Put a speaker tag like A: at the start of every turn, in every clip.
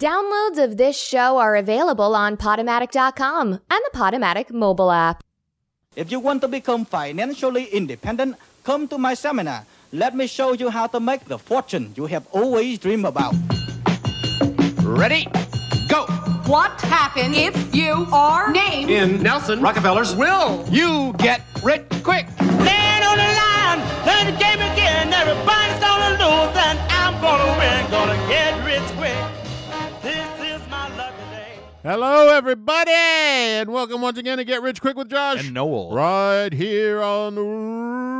A: Downloads of this show are available on Podomatic.com and the Podomatic mobile app.
B: If you want to become financially independent, come to my seminar. Let me show you how to make the fortune you have always dreamed about.
C: Ready? Go!
D: What happens if you are named
C: In Nelson Rockefeller's will you get rich quick?
E: Stand on the line, play the game again. Everybody's gonna lose, and I'm gonna win. Gonna get rich quick. This is my lucky day.
F: Hello, everybody, and welcome once again to Get Rich Quick with Josh
G: and Noel.
F: Right here on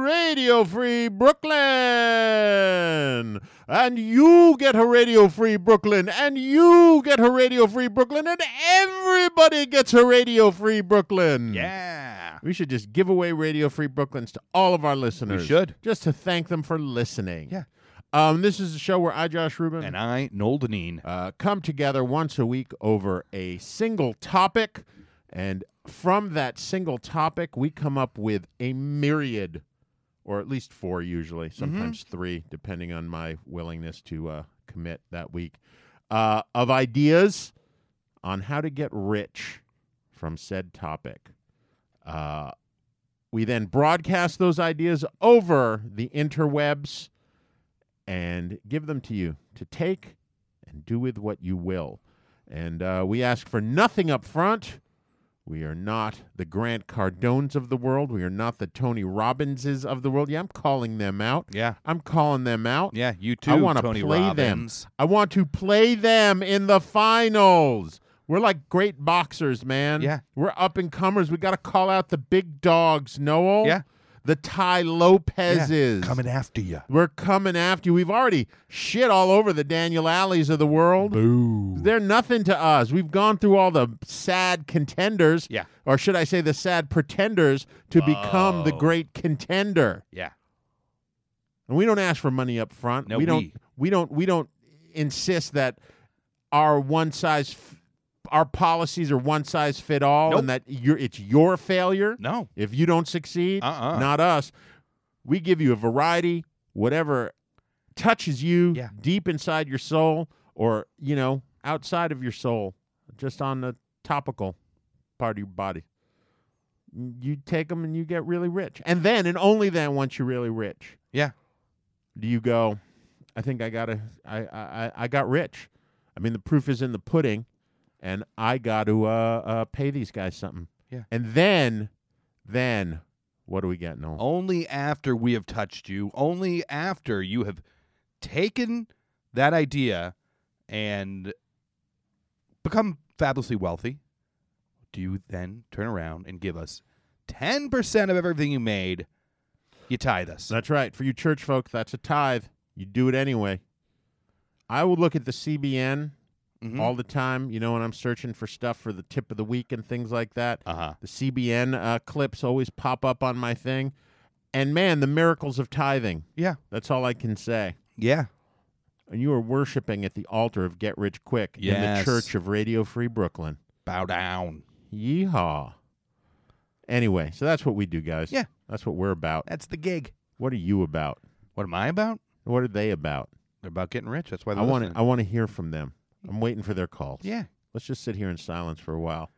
F: Radio Free Brooklyn. And you get a Radio Free Brooklyn, and you get a Radio Free Brooklyn, and everybody gets a Radio Free Brooklyn.
G: Yeah.
F: We should just give away Radio Free Brooklyns to all of our listeners.
G: should.
F: Just to thank them for listening.
G: Yeah.
F: Um, this is a show where I, Josh Rubin,
G: And I, Noel Deneen.
F: uh, come together once a week over a single topic. And from that single topic, we come up with a myriad, or at least four usually, sometimes three, depending on my willingness to uh, commit that week, uh, of ideas on how to get rich from said topic. Uh, we then broadcast those ideas over the interwebs and give them to you to take and do with what you will. And uh, we ask for nothing up front. We are not the Grant Cardones of the world. We are not the Tony Robbinses of the world. Yeah, I'm calling them out.
G: Yeah.
F: I'm calling them out.
G: Yeah, you too,
F: I want to
G: Tony
F: play
G: Robbins.
F: them. I want to play them in the finals. We're like great boxers, man.
G: Yeah.
F: We're up and comers. We got to call out the big dogs, Noel.
G: Yeah.
F: The Ty Lopez's.
G: Coming after you.
F: We're coming after you. We've already shit all over the Daniel Alleys of the world. Boo. They're nothing to us. We've gone through all the sad contenders.
G: Yeah.
F: Or should I say the sad pretenders to become the
G: Whoa.
F: great contender.
G: Yeah.
F: And we don't ask for money up front.
G: No,
F: we don't.
G: we.
F: We don't. We don't insist that our one size, f- our policies are one size fit all,
G: Nope.
F: and that you're, it's your failure
G: No.
F: if you don't succeed.
G: Uh-uh.
F: Not us. We give you a variety, whatever touches you
G: Yeah.
F: deep inside your soul, or you know, outside of your soul, just on the topical part of your body. You take them and you get really rich, and then and only then, once you're really rich,
G: Yeah.
F: do you go i think i gotta i i I- i got rich i mean the proof is in the pudding and i got to uh, uh pay these guys something
G: Yeah.
F: and then then what do we get noel
G: Only after we have touched you, only after you have taken that idea and become fabulously wealthy, do you then turn around and give us 10% of everything you made. You tithe us.
F: that's right for you church folk that's a tithe you do it anyway i will look at the cbn
G: Mhm.
F: all the time you know when i'm searching for stuff for the tip of the week and things like that
G: Uh-huh.
F: the cbn uh, clips always pop up on my thing and man the miracles of tithing
G: Yeah.
F: that's all i can say
G: Yeah.
F: and you are worshiping at the altar of Get Rich Quick in the
G: Yes.
F: Church of Radio Free Brooklyn.
G: Bow down.
F: Yeehaw. Anyway, so that's what we do, guys.
G: Yeah.
F: That's what we're about.
G: That's the gig.
F: What are you about?
G: What am I about?
F: What are they about?
G: They're about getting rich. That's why
F: I
G: they're
F: want to
G: listening.
F: I want to hear from them. I'm waiting for their calls.
G: Yeah.
F: Let's just sit here in silence for a while.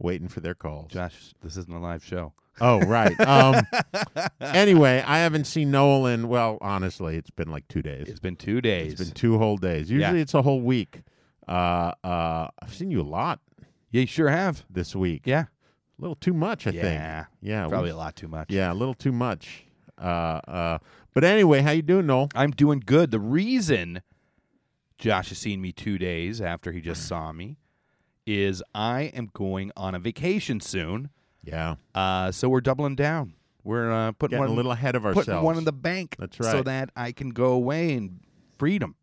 F: Waiting for their calls.
G: Josh, this isn't a live show.
F: Oh, right. Um, anyway, I haven't seen Noel in well, honestly, it's been like 2 days.
G: It's been two days.
F: It's been two whole days. Usually it's a whole week. Uh uh I've seen you a lot
G: yeah, you sure have.
F: this week.
G: Yeah.
F: A little too much, I
G: Yeah.
F: think. Yeah.
G: Probably
F: we-
G: a lot too much.
F: Yeah, a little too much. Uh, uh, but anyway, how you doing, Noel?
G: I'm doing good. The reason Josh has seen me two days after he
F: Mm.
G: just saw me is I am going on a vacation soon.
F: Yeah,
G: Uh, so we're doubling down. We're uh, putting
F: getting
G: one
F: a little ahead of
G: putting
F: ourselves.
G: one in the bank.
F: That's
G: So
F: right.
G: that I can go away in freedom.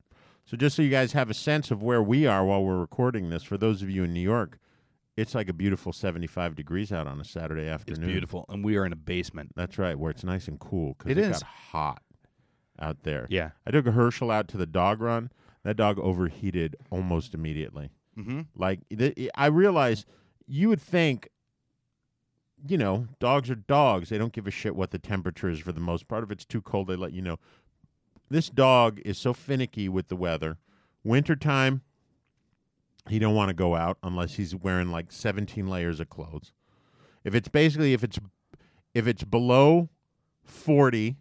F: so just so you guys have a sense of where we are while we're recording this, for those of you in New York, it's like a beautiful 75 degrees out on a Saturday
G: It's
F: afternoon.
G: beautiful, and we are in a basement.
F: That's right, where it's nice and cool because
G: It
F: it,
G: is.
F: got hot out there.
G: Yeah.
F: I took Herschel out to the dog run. That dog overheated almost immediately.
G: Mm-hmm.
F: Like th- I realize you would think, you know, dogs are dogs. They don't give a shit what the temperature is for the most part. If it's too cold, they let you know. This dog is so finicky with the weather. Wintertime, He don't want to go out unless he's wearing like 17 layers of clothes. If it's basically if it's if it's below 40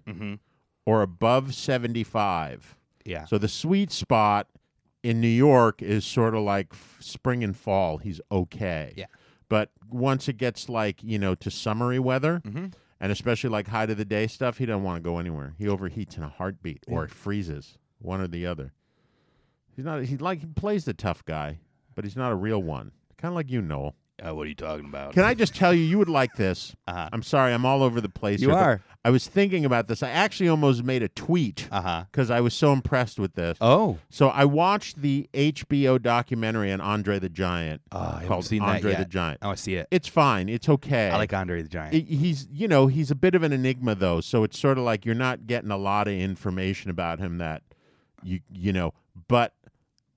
F: or above 75.
G: Yeah.
F: So the sweet spot in New York is sort of like f- spring and fall. He's okay.
G: Yeah.
F: But once it gets like, you know, to summery weather,
G: Mm-hmm.
F: and especially like high to the day stuff, he doesn't want to go anywhere. He overheats in a heartbeat or it freezes, one or the other. He's not, he like, he plays the tough guy, but he's not a real one. Kind of like you, Noel.
G: Uh, what are you talking about?
F: Can I just tell you, you would like this.
G: Uh-huh.
F: I'm sorry, I'm all over the place.
G: You
F: here, but
G: are.
F: I was thinking about this. I actually almost made a tweet
G: Uh-huh.
F: because I was so impressed with this.
G: Oh,
F: So I watched the HBO documentary on Andre the Giant
G: uh, I haven't
F: called
G: seen that
F: Andre the
G: yet.
F: Giant.
G: Oh, I see it.
F: It's fine. It's okay.
G: I like Andre the Giant.
F: I- He's, you know, he's a bit of an enigma though, so it's sort of like you're not getting a lot of information about him that you you know. But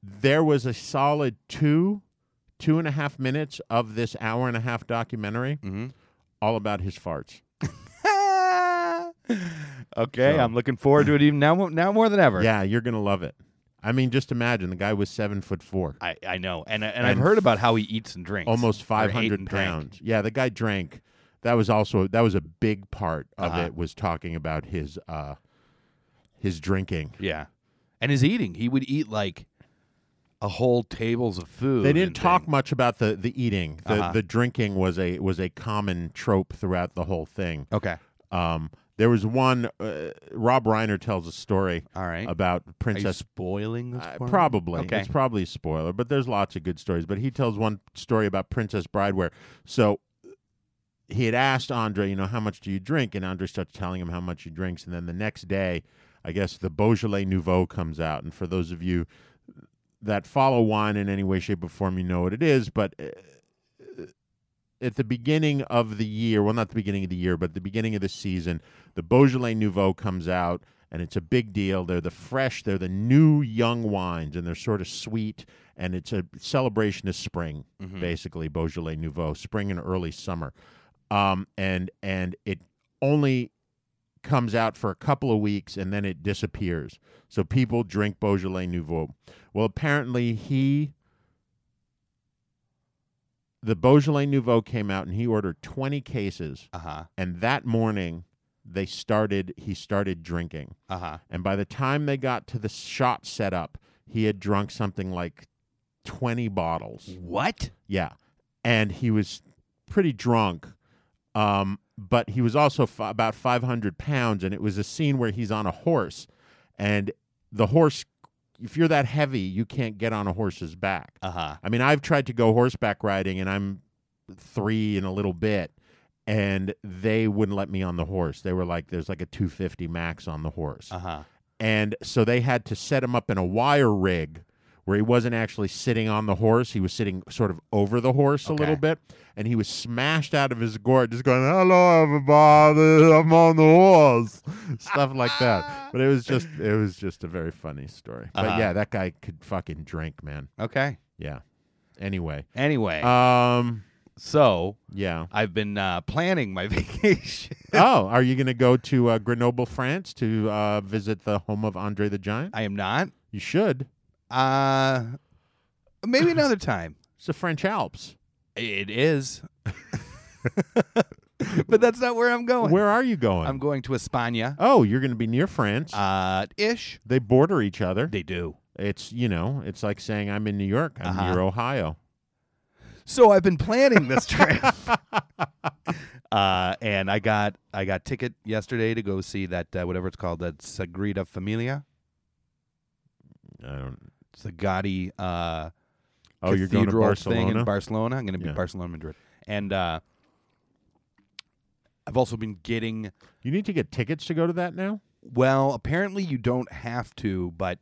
F: there was a solid two, two and a half minutes of this hour and a half documentary,
G: Mm-hmm.
F: all about his farts.
G: okay,
F: So-
G: I'm looking forward to it even now. Now more than ever.
F: Yeah, you're gonna love it. I mean, just imagine the guy was seven foot four.
G: I, I know, and and I've
F: And
G: heard about how he eats and drinks.
F: almost
G: Or ate
F: 500
G: and drank.
F: pounds. Yeah, the guy drank. That was also that was a big part of
G: Uh-huh.
F: it was talking about his uh his drinking.
G: Yeah, and his eating. He would eat like a whole tables of food.
F: They didn't
G: and
F: talk
G: things.
F: much about the the eating. The
G: Uh-huh.
F: the drinking was a was a common trope throughout the whole thing.
G: Okay.
F: Um there was one uh, Rob Reiner tells a story
G: All right.
F: about
G: Are you
F: Princess
G: spoiling this?
F: Uh,
G: for me?
F: probably.
G: Okay.
F: It's probably a spoiler, but there's lots of good stories. But he tells one story about Princess Bride where so he had asked Andre, you know, how much do you drink? And Andre starts telling him how much he drinks. And then the next day, I guess the Beaujolais Nouveau comes out. And for those of you that follow wine in any way, shape, or form, you know what it is. But uh, at the beginning of the year, well, not the beginning of the year, but the beginning of the season, the Beaujolais Nouveau comes out, and it's a big deal. They're the fresh, they're the new young wines, and they're sort of sweet, and it's a celebration of spring,
G: Hmm. Mm-hmm.
F: basically Beaujolais Nouveau, spring and early summer, um, and and it only comes out for a couple of weeks and then it disappears. So people drink Beaujolais Nouveau. Well, apparently he the Beaujolais Nouveau came out and he ordered 20 cases
G: Uh huh.
F: and that morning they started he started drinking.
G: Uh huh.
F: And by the time they got to the shot set up, he had drunk something like 20 bottles.
G: What?
F: Yeah. And he was pretty drunk. Um, but he was also f- about 500 pounds. And it was a scene where he's on a horse. And the horse, if you're that heavy, you can't get on a horse's back.
G: Uh huh.
F: I mean, I've tried to go horseback riding and I'm three and a little bit. And they wouldn't let me on the horse. They were like, there's like a 250 max on the horse
G: Uh huh.
F: and so they had to set him up in a wire rig where he wasn't actually sitting on the horse he was sitting sort of over the horse a little
G: Okay.
F: bit and he was smashed out of his gourd just going hello everybody i'm on the horse stuff like that but it was just it was just a very funny story but
G: Uh-huh.
F: yeah that guy could fucking drink man
G: Okay.
F: yeah anyway
G: Anyway,
F: um
G: so
F: yeah
G: I've been uh, planning my vacation.
F: oh are you gonna go to uh, grenoble france to uh, visit the home of andre the giant
G: I am not.
F: you should
G: Uh, maybe another time.
F: it's the french alps
G: It is. but that's not where I'm going.
F: Where are you going?
G: I'm going to España.
F: oh, you're going to be near France.
G: Uh, ish.
F: they border each other.
G: They do.
F: it's you know, it's like saying I'm in New York, I'm
G: Uh-huh.
F: near Ohio.
G: So I've been planning this trip. uh, and I got I got ticket yesterday to go see that uh, whatever it's called that Sagrada Familia.
F: I don't.
G: It's the Gotti uh
F: Oh, you're going to
G: cathedral thing
F: Barcelona.
G: in Barcelona. I'm going to be
F: Yeah.
G: Barcelona Madrid. And uh I've also been getting
F: you need to get tickets to go to that now.
G: well, apparently you don't have to, but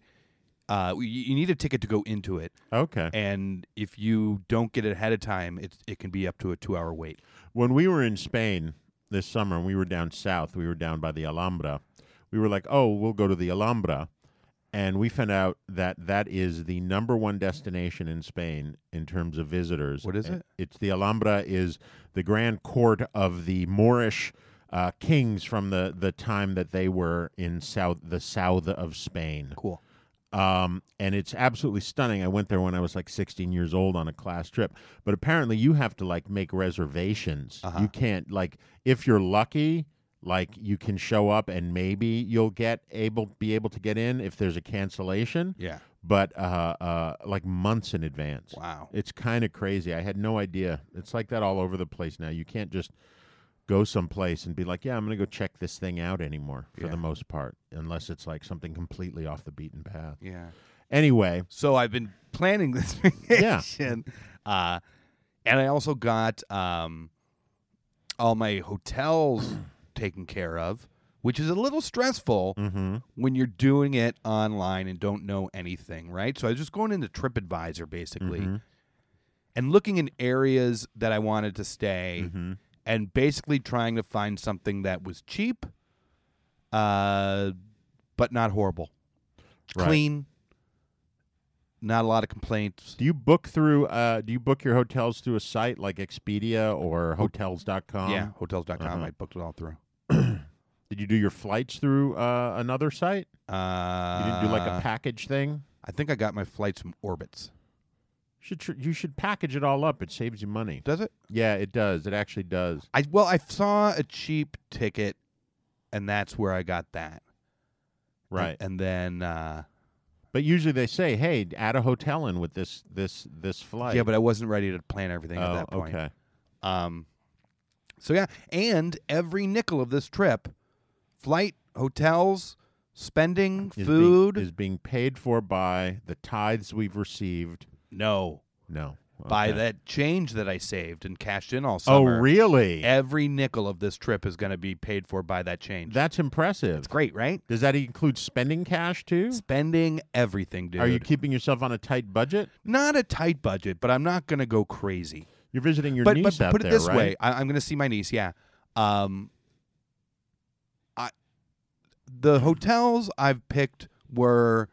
G: uh you, you need a ticket to go into it.
F: Okay.
G: And if you don't get it ahead of time, it it can be up to a 2-hour wait.
F: when we were in Spain this summer and we were down south, we were down by the Alhambra. We were like, oh, we'll go to the Alhambra. And we found out that that is the number one destination in Spain in terms of visitors.
G: What is
F: A-
G: it?
F: It's the Alhambra is the grand court of the Moorish uh, kings from the, the time that they were in south the south of Spain.
G: Cool.
F: Um, and it's absolutely stunning. I went there when I was like 16 years old on a class trip. But apparently, you have to like make reservations.
G: Uh-huh.
F: You can't like if you're lucky, like you can show up and maybe you'll get able be able to get in if there's a cancellation.
G: Yeah.
F: But uh, uh, like months in advance.
G: Wow.
F: It's kind of crazy. I had no idea. It's like that all over the place now. You can't just go someplace and be like, yeah, I'm going to go check this thing out anymore for the most part, unless it's like something completely off the beaten path.
G: Yeah.
F: Anyway,
G: So I've been planning this vacation. Uh, and I also got um, all my hotels taken care of, which is a little stressful when you're doing it online and don't know anything, right? So I was just going into TripAdvisor basically and looking in areas that I wanted to stay and basically trying to find something that was cheap, uh, but not horrible.
F: Right.
G: Clean, not a lot of complaints.
F: do you book through, uh, do you book your hotels through a site like Expedia or hotels.com?
G: yeah, hotels.com.
F: uh-huh.
G: I booked it all through.
F: Did you do your flights through uh, another site? You
G: Uh,
F: didn't do like a package thing?
G: I think I got my flights from Orbitz.
F: Should tr- you should package it all up. It saves you money.
G: Does it?
F: Yeah, it does. It actually does.
G: I well, I saw a cheap ticket, and that's where I got that.
F: Right.
G: And, and then uh,
F: But usually they say, "Hey, add a hotel in with this this this flight."
G: yeah, but I wasn't ready to plan everything
F: oh,
G: at that point.
F: okay.
G: Um, so yeah, and every nickel of this trip, flight, hotels, spending,
F: Is being-
G: food,
F: is being paid for by the tithes we've received.
G: no,
F: No,
G: by
F: Okay.
G: that change that I saved and cashed in all
F: Oh,
G: summer.
F: really?
G: Every nickel of this trip is going to be paid for by that change.
F: That's impressive.
G: It's great, right?
F: Does that include spending cash too?
G: Spending everything, dude.
F: Are you keeping yourself on a tight budget?
G: Not a tight budget, but I'm not going to go crazy.
F: You're visiting your
G: but
F: niece
G: but
F: out
G: put it
F: there,
G: this
F: right?
G: way, I, I'm going to see my niece. Yeah. Um, I, the hotels I've picked were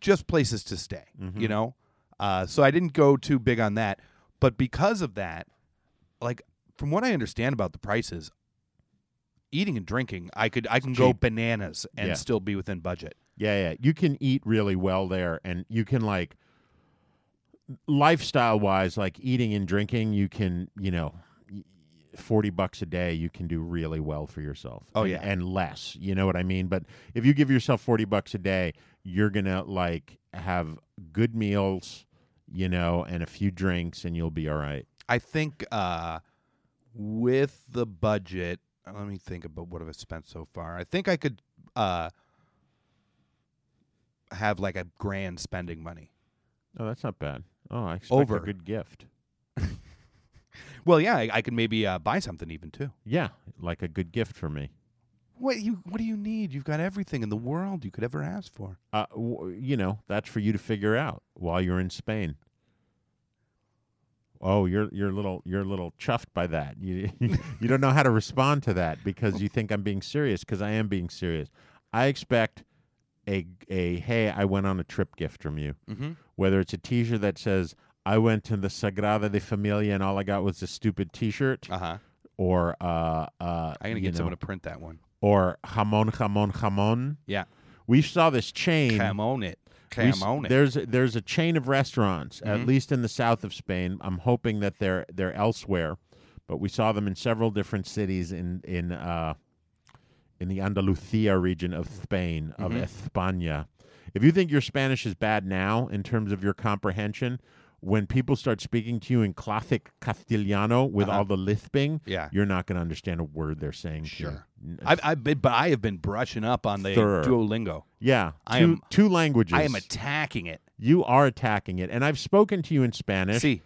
G: just places to stay.
F: Mm-hmm.
G: You know, uh, so I didn't go too big on that. But because of that, like from what I understand about the prices, eating and drinking, I could I can go
F: cheap.
G: bananas and
F: Yeah.
G: still be within budget.
F: Yeah, yeah. You can eat really well there, and you can like lifestyle wise, like eating and drinking. You can, you know, y- forty bucks a day. You can do really well for yourself.
G: Oh,
F: and-
G: yeah.
F: and less. You know what I mean? But if you give yourself forty bucks a day, you're gonna like have good meals, you know, and a few drinks, and you'll be all right.
G: I think uh, with the budget, uh, let me think about what have I spent so far. I think I could uh, have like a grand spending money.
F: Oh, that's not bad. Oh, I expect
G: Over.
F: a good gift.
G: Well, yeah, I, I could maybe uh, buy something even too.
F: Yeah, like a good gift for me.
G: What you What do you need? You've got everything in the world you could ever ask for.
F: uh, w- you know, that's for you to figure out while you're in Spain. Oh, you're you're a little you're a little chuffed by that. You you don't know how to respond to that because you think I'm being serious because I am being serious. I expect a a hey, I went on a trip gift from you. Mm-hmm. Whether it's a T-shirt that says I went to the Sagrada de Familia and all I got was a stupid T-shirt,
G: huh.
F: or uh, uh,
G: I'm gonna
F: I'm
G: Ah. Uh-huh. get someone to print that one.
F: or jamon jamon jamon.
G: Yeah,
F: We saw this chain.
G: come on it,
F: We
G: come
F: s-
G: on it.
F: There's there's a chain of restaurants, at
G: Mm-hmm.
F: least in the south of Spain. I'm hoping that they're they're elsewhere, but we saw them in several different cities in in uh, in the Andalusia region of Spain of
G: Mm-hmm.
F: España. If you think your Spanish is bad now in terms of your comprehension, when people start speaking to you in classic Castellano with all the lisping,
G: Uh-huh. Yeah.
F: you're not going to understand a word they're saying. to you.
G: Sure.
F: N-
G: I've, I've been, but I have been brushing up on the
F: Third.
G: Duolingo.
F: yeah,
G: I
F: two,
G: am-
F: two languages.
G: I am attacking it.
F: You are attacking it, and I've spoken to you in Spanish,
G: See,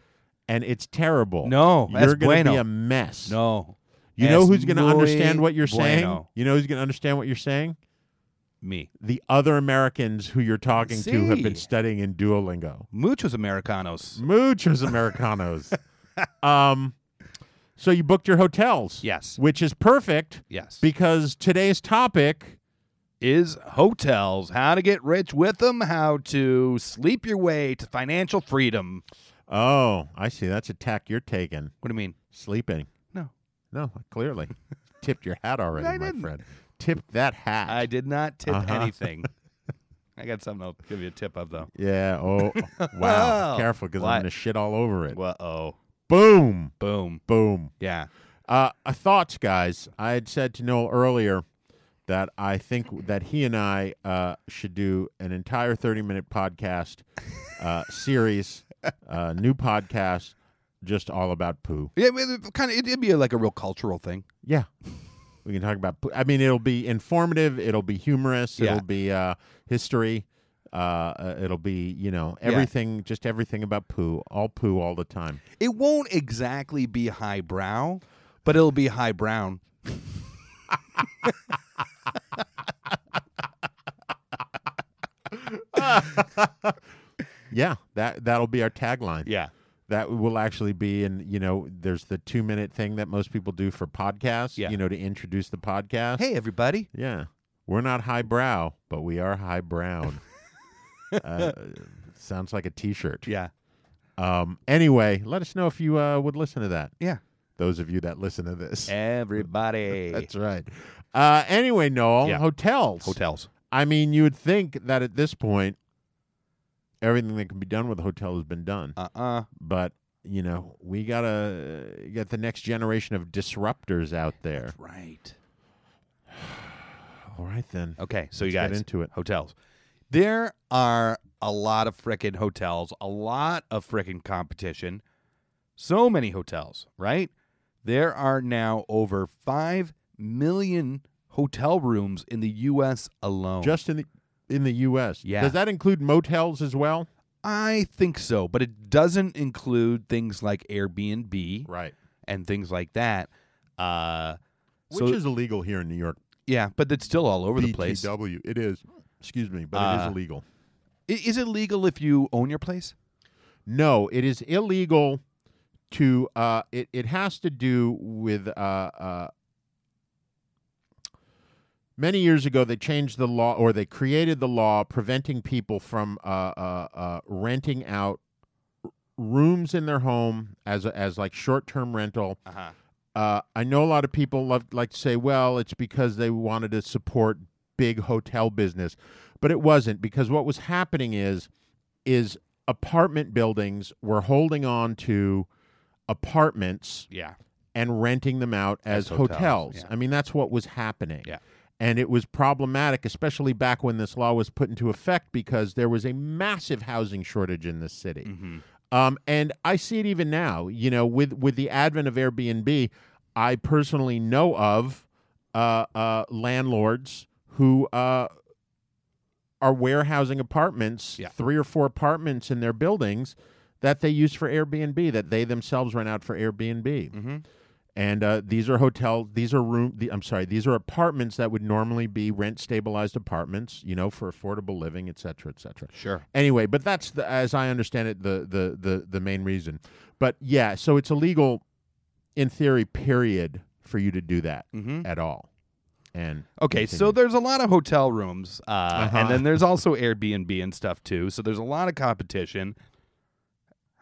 F: and it's terrible.
G: No,
F: you're
G: that's
F: gonna be
G: bueno.
F: a mess.
G: no,
F: you know
G: Es
F: who's going to
G: muy
F: understand what you're saying.
G: bueno.
F: You know who's going to understand what you're saying.
G: me.
F: The other Americans who you're talking to have been
G: Sí.
F: studying in Duolingo.
G: Muchos Americanos.
F: Muchos Americanos. um, so you booked your hotels,
G: Yes.
F: which is perfect
G: Yes.
F: because today's topic.
G: is hotels, how to get rich with them, how to sleep your way to financial freedom.
F: Oh, I see. That's a tack you're taking.
G: What do you mean?
F: Sleeping.
G: No.
F: No, clearly. Tipped your hat already,
G: I
F: my
G: didn't.
F: friend. Tipped that hat.
G: I did not tip
F: Uh-huh.
G: anything. I got something I'll give you a tip of though.
F: Yeah. Oh, wow. Careful, because
G: What?
F: I'm gonna shit all over it.
G: Well, oh,
F: Boom.
G: boom.
F: Boom.
G: Yeah.
F: Uh, uh, thoughts, guys. I had said to Noel earlier that I think that he and I uh, should do an entire 30 minute podcast uh, series, uh, new podcast, just all about poo.
G: Yeah, kind of. It'd be like a real cultural thing.
F: Yeah. We can talk about, poo. I mean, it'll be informative, it'll be humorous,
G: Yeah.
F: it'll be uh, history. Uh, uh, it'll be you know
G: Yeah.
F: everything, just everything about poo, all poo, all the time.
G: It won't exactly be highbrow, but it'll be high brown.
F: Yeah, that that'll be our tagline.
G: Yeah.
F: that will actually be in you know there's the two minute thing that most people do for podcasts
G: Yeah.
F: you know to introduce the podcast
G: Hey, everybody.
F: yeah we're not highbrow but we are high brown uh, sounds like a t-shirt
G: Yeah.
F: um anyway let us know if you uh, would listen to that
G: Yeah.
F: those of you that listen to this
G: Everybody.
F: that's right uh anyway noel
G: Yeah.
F: hotels
G: Hotels.
F: i mean you would think that at this point everything that can be done with a hotel has been done
G: Uh uh
F: but you know we gotta uh, get the next generation of disruptors out there
G: Right.
F: all right then
G: Okay. So you
F: Let's get
G: guys
F: into it.
G: Hotels. There are a lot of frickin' hotels, a lot of frickin' competition. So many hotels, right? There are now over 5 million hotel rooms in the U.S. alone.
F: just in the in the us
G: Yeah.
F: does that include motels as well
G: I think so, but it doesn't include things like Airbnb
F: right
G: and things like that. Uh,
F: which
G: so-
F: is illegal here in new york
G: yeah, but it's still all over the place. I-
F: BTW. it is excuse me but it
G: Uh,
F: is illegal
G: Is it legal if you own your place?
F: no it is illegal to uh it, it has to do with uh uh Many years ago, they changed the law, or they created the law preventing people from uh, uh, uh, renting out rooms in their home as as like short term rental.
G: Uh-huh.
F: Uh, I know a lot of people love like to say, well, it's because they wanted to support big hotel business, but it wasn't because what was happening is is apartment buildings were holding on to apartments
G: Yeah.
F: and renting them out as,
G: As hotels,
F: hotels.
G: yeah.
F: I mean, that's what was happening.
G: Yeah.
F: And it was problematic, especially back when this law was put into effect, because there was a massive housing shortage in this
G: Mm-hmm.
F: city. Um, and I see it even now. You know, with with the advent of Airbnb, I personally know of uh, uh, landlords who uh, are warehousing apartments,
G: Yeah.
F: three or four apartments in their buildings that they use for Airbnb, that they themselves rent out for Airbnb.
G: Mm-hmm.
F: And uh, these are hotel, these are room. The, I'm sorry, these are apartments that would normally be rent stabilized apartments, you know, for affordable living, et cetera, et cetera.
G: Sure.
F: Anyway, but that's the, as I understand it, the, the the the main reason. But yeah, so it's illegal, in theory, period, for you to do that at all. And
G: Mm-hmm. Okay, so
F: continue.
G: there's a lot of hotel rooms, uh,
F: Uh-huh.
G: and then there's also Airbnb and stuff too. So there's a lot of competition.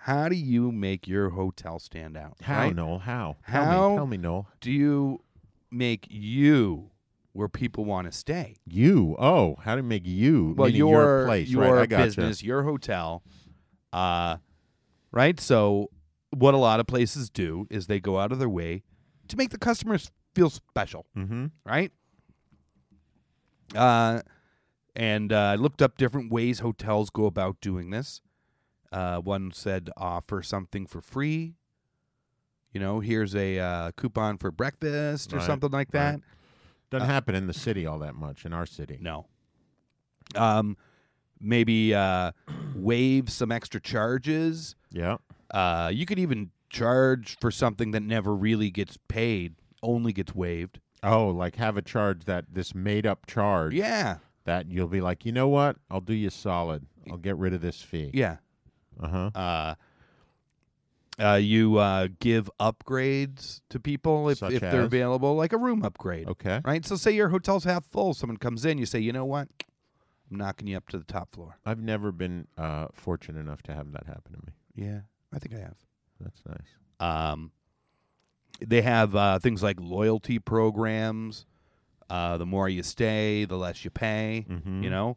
G: How do you make your hotel stand out?
F: how
G: right?
F: Noel? How? Tell
G: How-
F: me, tell me Noel.
G: Do you make you where people want to stay?
F: You. Oh, how to make you?
G: well,
F: meaning
G: your
F: your place,
G: your
F: right? I gotcha.
G: business, your hotel, uh, right? So, what a lot of places do is they go out of their way to make the customers feel special, mm-hmm. right? Uh, and uh, I looked up different ways hotels go about doing this. Uh, one said offer something for free. You know, here's a uh, coupon for breakfast or
F: Right,
G: something like that.
F: right. Doesn't happen in the city all that much in our city.
G: Uh, No. Um, maybe uh, waive some extra charges.
F: Yeah.
G: Uh, you could even charge for something that never really gets paid, only gets waived.
F: Oh, like have a charge that this made up charge
G: Yeah,
F: that you'll be like, you know what? I'll do you solid. I'll get rid of this fee.
G: yeah.
F: Uh huh.
G: Uh, uh, you uh, give upgrades to people if,
F: Such
G: if they're
F: as?
G: available, like a room upgrade.
F: Okay.
G: Right? So, say your hotel's half full. Someone comes in, you say, you know what? I'm knocking you up to the top floor.
F: I've never been uh, fortunate enough to have that happen to me.
G: Yeah, I think I have.
F: That's nice.
G: Um, they have uh, things like
F: Mm-hmm.
G: loyalty programs. Uh, the more you stay, the less you pay. You know,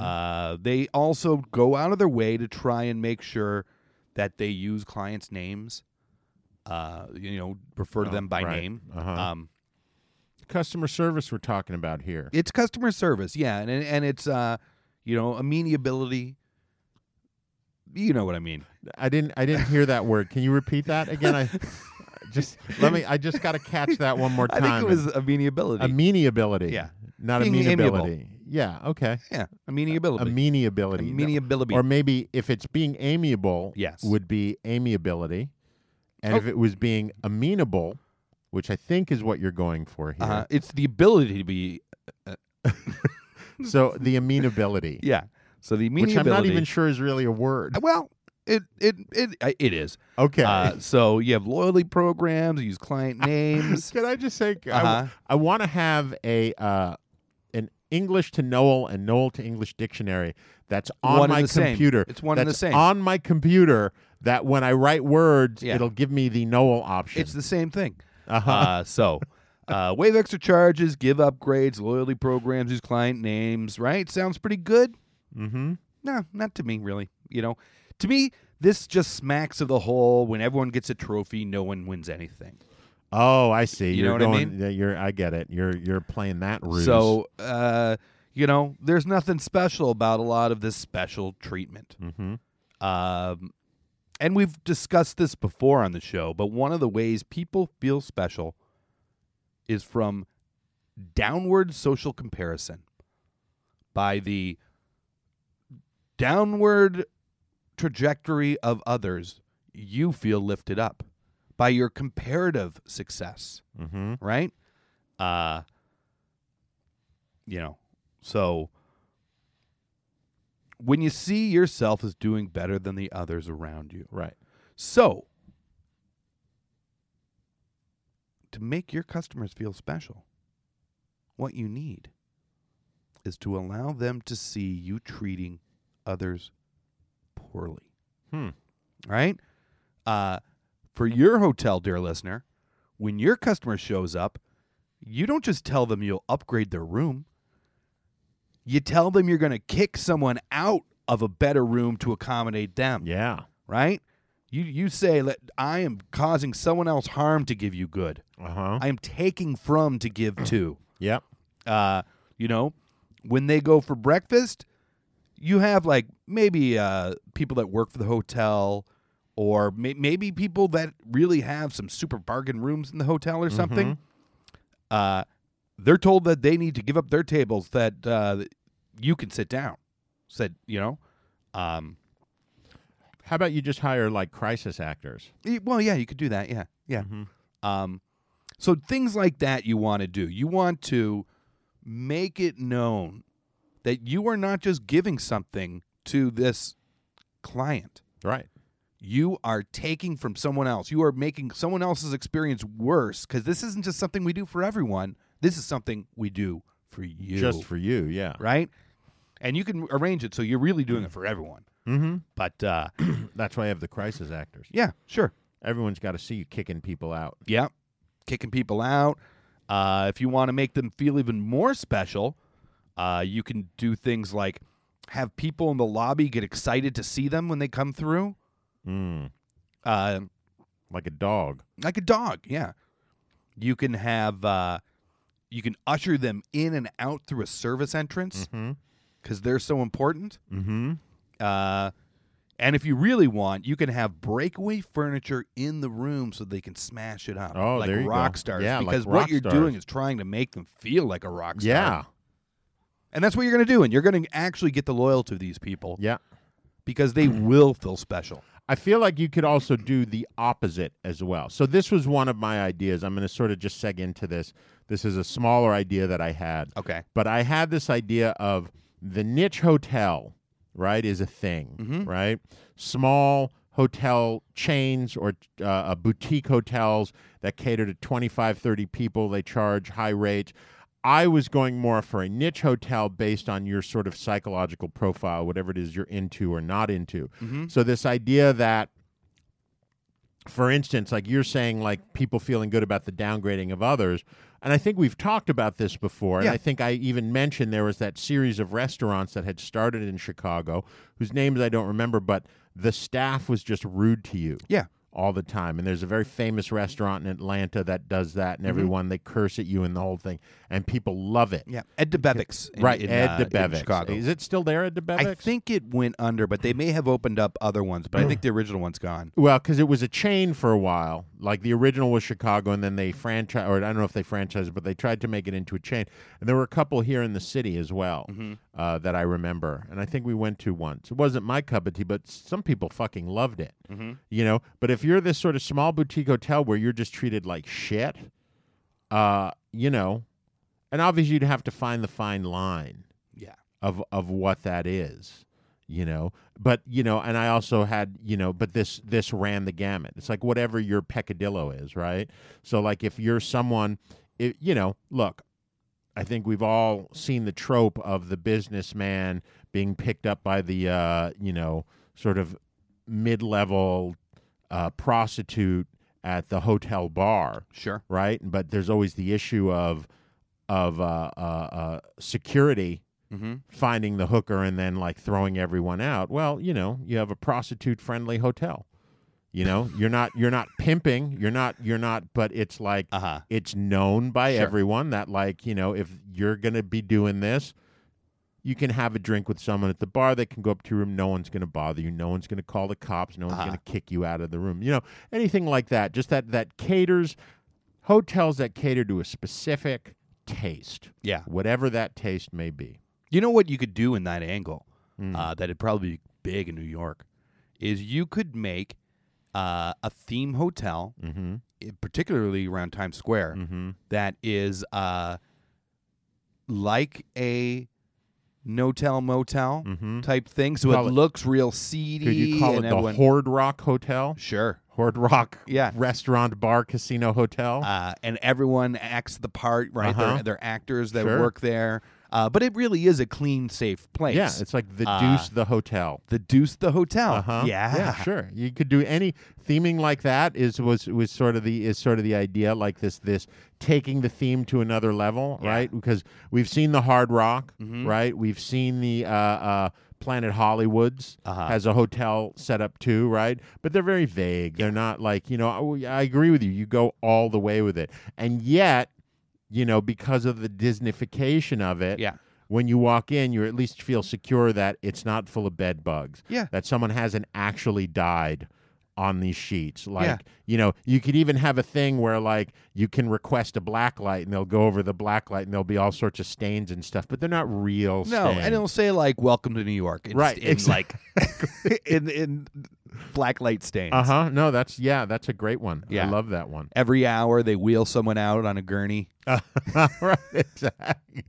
G: Uh, they also go out of their way to try and make sure that they use clients' names. Uh, you know, refer to them by
F: Oh, right.
G: name.
F: Uh-huh.
G: Um,
F: Customer service we're talking about here.
G: it's customer service, yeah, and and it's uh, you know, amenability. You know what I mean?
F: I didn't I didn't hear that word. Can you repeat that again? I just let me I just got to catch that one more
G: I
F: time.
G: think it was amenability.
F: amenability.
G: Yeah.
F: Not
G: Being amiable.
F: amenability. Yeah, okay.
G: yeah, amenability.
F: Amenability. No.
G: Amenability.
F: Or maybe if it's being amiable,
G: Yes.
F: would be amiability. And
G: Oh.
F: if it was being amenable, which I think is what you're going for here.
G: uh, it's the ability to be.
F: So the amenability,
G: Yeah. So the amenability.
F: which I'm not even sure is really a word.
G: Well, it it it uh, it is.
F: Okay.
G: Uh, so you have loyalty programs. You use client names.
F: Can I just say I
G: Uh-huh.
F: want to have a uh, an English to Noel and Noel to English dictionary that's on
G: One and
F: my
G: the same.
F: computer.
G: It's one and the
F: that's
G: same.
F: on my computer. That when I write words,
G: Yeah.
F: it'll give me the Noel option.
G: it's the same thing. Uh, so uh, waive extra charges, give upgrades, loyalty programs, use client names. Right? Sounds pretty good.
F: mm-hmm.
G: No, not to me really. You know, to me this just smacks of the whole when everyone gets a trophy, no one wins anything.
F: Oh, I see.
G: You
F: are
G: know what I
F: going,
G: mean?
F: yeah, You're. I get it. You're. You're playing that ruse.
G: So, uh, you know, there's nothing special about a lot of this special treatment. Um, and we've discussed this before on the show, but one of the ways people feel special is from downward social comparison by the downward trajectory of others you feel lifted up by your comparative success
F: Mm-hmm.
G: right? Uh you know. So when you see yourself as doing better than the others around you.
F: Right.
G: So to make your customers feel special, what you need is to allow them to see you treating others poorly.
F: Hmm.
G: Right? Uh, for your hotel, dear listener, when your customer shows up, you don't just tell them you'll upgrade their room. You tell them you're going to kick someone out of a better room to accommodate them
F: Yeah.
G: right? You you say that I am causing someone else harm to give you good.
F: Uh huh.
G: I am taking from to give to.
F: Yep.
G: Uh, you know, when they go for breakfast, you have like maybe uh, people that work for the hotel, or may- maybe people that really have some super bargain rooms in the hotel or something. Uh, they're told that they need to give up their tables that uh, you can sit down. Said you know, um,
F: How about you just hire like crisis actors?
G: Y- Well, yeah, you could do that. Yeah, yeah.
F: Mm-hmm.
G: Um, so things like that you want to do. You want to make it known that you are not just giving something to this client.
F: Right.
G: You are taking from someone else. You are making someone else's experience worse because this isn't just something we do for everyone. This is something we do for you
F: Just for you. Yeah.
G: right? And you can arrange it so you're really doing it for everyone.
F: Mm-hmm.
G: But uh,
F: That's why I have the crisis actors.
G: yeah, sure.
F: Everyone's got to see you kicking people out.
G: Yeah. Kicking people out. Uh, if you want to make them feel even more special, uh, you can do things like have people in the lobby get excited to see them when they come through.
F: Mm,
G: Uh,
F: like a dog.
G: like a dog, yeah. You can have, uh, you can usher them in and out through a service entrance because they're so important.
F: Mm-hmm.
G: Uh, and if you really want, you can have breakaway furniture in the room so they can smash it up.
F: Oh,
G: like
F: there you go.
G: rock stars.
F: Yeah, like
G: because
F: rock
G: what you're
F: stars.
G: doing is trying to make them feel like a rock star.
F: Yeah.
G: And that's what you're going to do. And you're going to actually get the loyalty of these people
F: Yeah.
G: because they will feel special.
F: I feel like you could also do the opposite as well. So this was one of my ideas. I'm going to sort of just seg into this. This is a smaller idea that I had.
G: Okay.
F: But I had this idea of the niche hotel, right, is a thing, right? Small hotel chains or uh, uh, boutique hotels that cater to 25, 30 people. They charge high rates. I was going more for a niche hotel based on your sort of psychological profile, whatever it is you're into or not into. So, this idea that for instance, like you're saying, like people feeling good about the downgrading of others. And I think we've talked about this before.
G: Yeah.
F: And I think I even mentioned there was that series of restaurants that had started in Chicago, whose names I don't remember, but the staff was just rude to you
G: Yeah.
F: all the time. And there's a very famous restaurant in Atlanta that does that, and
G: Mm-hmm.
F: everyone they curse at you and the whole thing, and people love it.
G: Yeah. Ed DeBevick's. in-
F: Right,
G: in,
F: Ed
G: uh, in
F: DeBevick's.
G: Chicago.
F: Is it still there, Ed DeBevick's?
G: I think it went under, but they may have opened up other ones, but I think the original one's gone.
F: Well, because it was a chain for a while. Like the original was Chicago, and then they franchise, or I don't know if they franchised, it, but they tried to make it into a chain. And there were a couple here in the city as well uh, that I remember, and I think we went to once. It wasn't my cup of tea, but some people fucking loved it. You know, but if you're this sort of small boutique hotel where you're just treated like shit, uh, you know, and obviously you'd have to find the fine line
G: Yeah.
F: of of what that is you know but you know and i also had you know but this this ran the gamut it's like whatever your peccadillo is right so like if you're someone it, you know look i think we've all seen the trope of the businessman being picked up by the uh you know sort of mid-level uh prostitute at the hotel bar
G: Sure.
F: right? But there's always the issue of of uh, uh, uh, security
G: Mhm.
F: finding the hooker and then like throwing everyone out. Well, you know, you have a prostitute friendly hotel. You know, you're not you're not pimping. You're not you're not. But it's like
G: Uh-huh.
F: it's known by
G: Sure.
F: everyone that like you know if you're gonna be doing this. You can have a drink with someone at the bar. They can go up to your room. No one's going to bother you. No one's going to call the cops. No one's
G: Uh-huh.
F: going to kick you out of the room. You know, anything like that. Just that that caters hotels that cater to a specific taste.
G: Yeah.
F: Whatever that taste may be.
G: You know what you could do in that angle
F: Mm.
G: uh, that'd probably be big in New York is you could make uh, a theme hotel,
F: Mm-hmm.
G: i- particularly around Times Square, that is uh, like a no-tell motel type thing. So
F: Call
G: it
F: it-
G: looks real seedy.
F: Mm-hmm. Could you call it
G: and
F: the
G: everyone-
F: Horde Rock Hotel?
G: Sure.
F: Horde Rock
G: Yeah.
F: restaurant bar casino hotel?
G: uh, and everyone acts the part, right?
F: Uh-huh.
G: They're, they're actors that
F: Sure.
G: work there. Uh, but it really is a clean, safe place.
F: yeah, it's like the
G: uh,
F: Deuce the Hotel.
G: the Deuce the Hotel.
F: Uh-huh.
G: Yeah.
F: sure. You could do any theming like that is was was sort of the is sort of the idea like this this taking the theme to another level,
G: Yeah. Mm-hmm.
F: right? Because we've seen the Hard Rock, right? We've seen the uh, uh, Planet Hollywoods
G: Uh-huh.
F: has a hotel set up too, right? But they're very vague. They're not like you know. I, w- I agree with you. You go all the way with it, and yet, you know, because of the Disneyfication of it,
G: Yeah.
F: When you walk in, you at least feel secure that it's not full of bed bugs
G: Yeah.
F: that someone hasn't actually died on these sheets. Like,
G: Yeah.
F: you know, you could even have a thing where like you can request a black light and they'll go over the black light and there'll be all sorts of stains and stuff, but they're not real
G: No,
F: stains.
G: and it'll say like "Welcome to New York," in,
F: Right,
G: In like in in black light stains.
F: Uh huh. No, that's yeah, that's a great one.
G: Yeah.
F: I love that one.
G: Every hour they wheel someone out on a gurney.
F: right, exactly.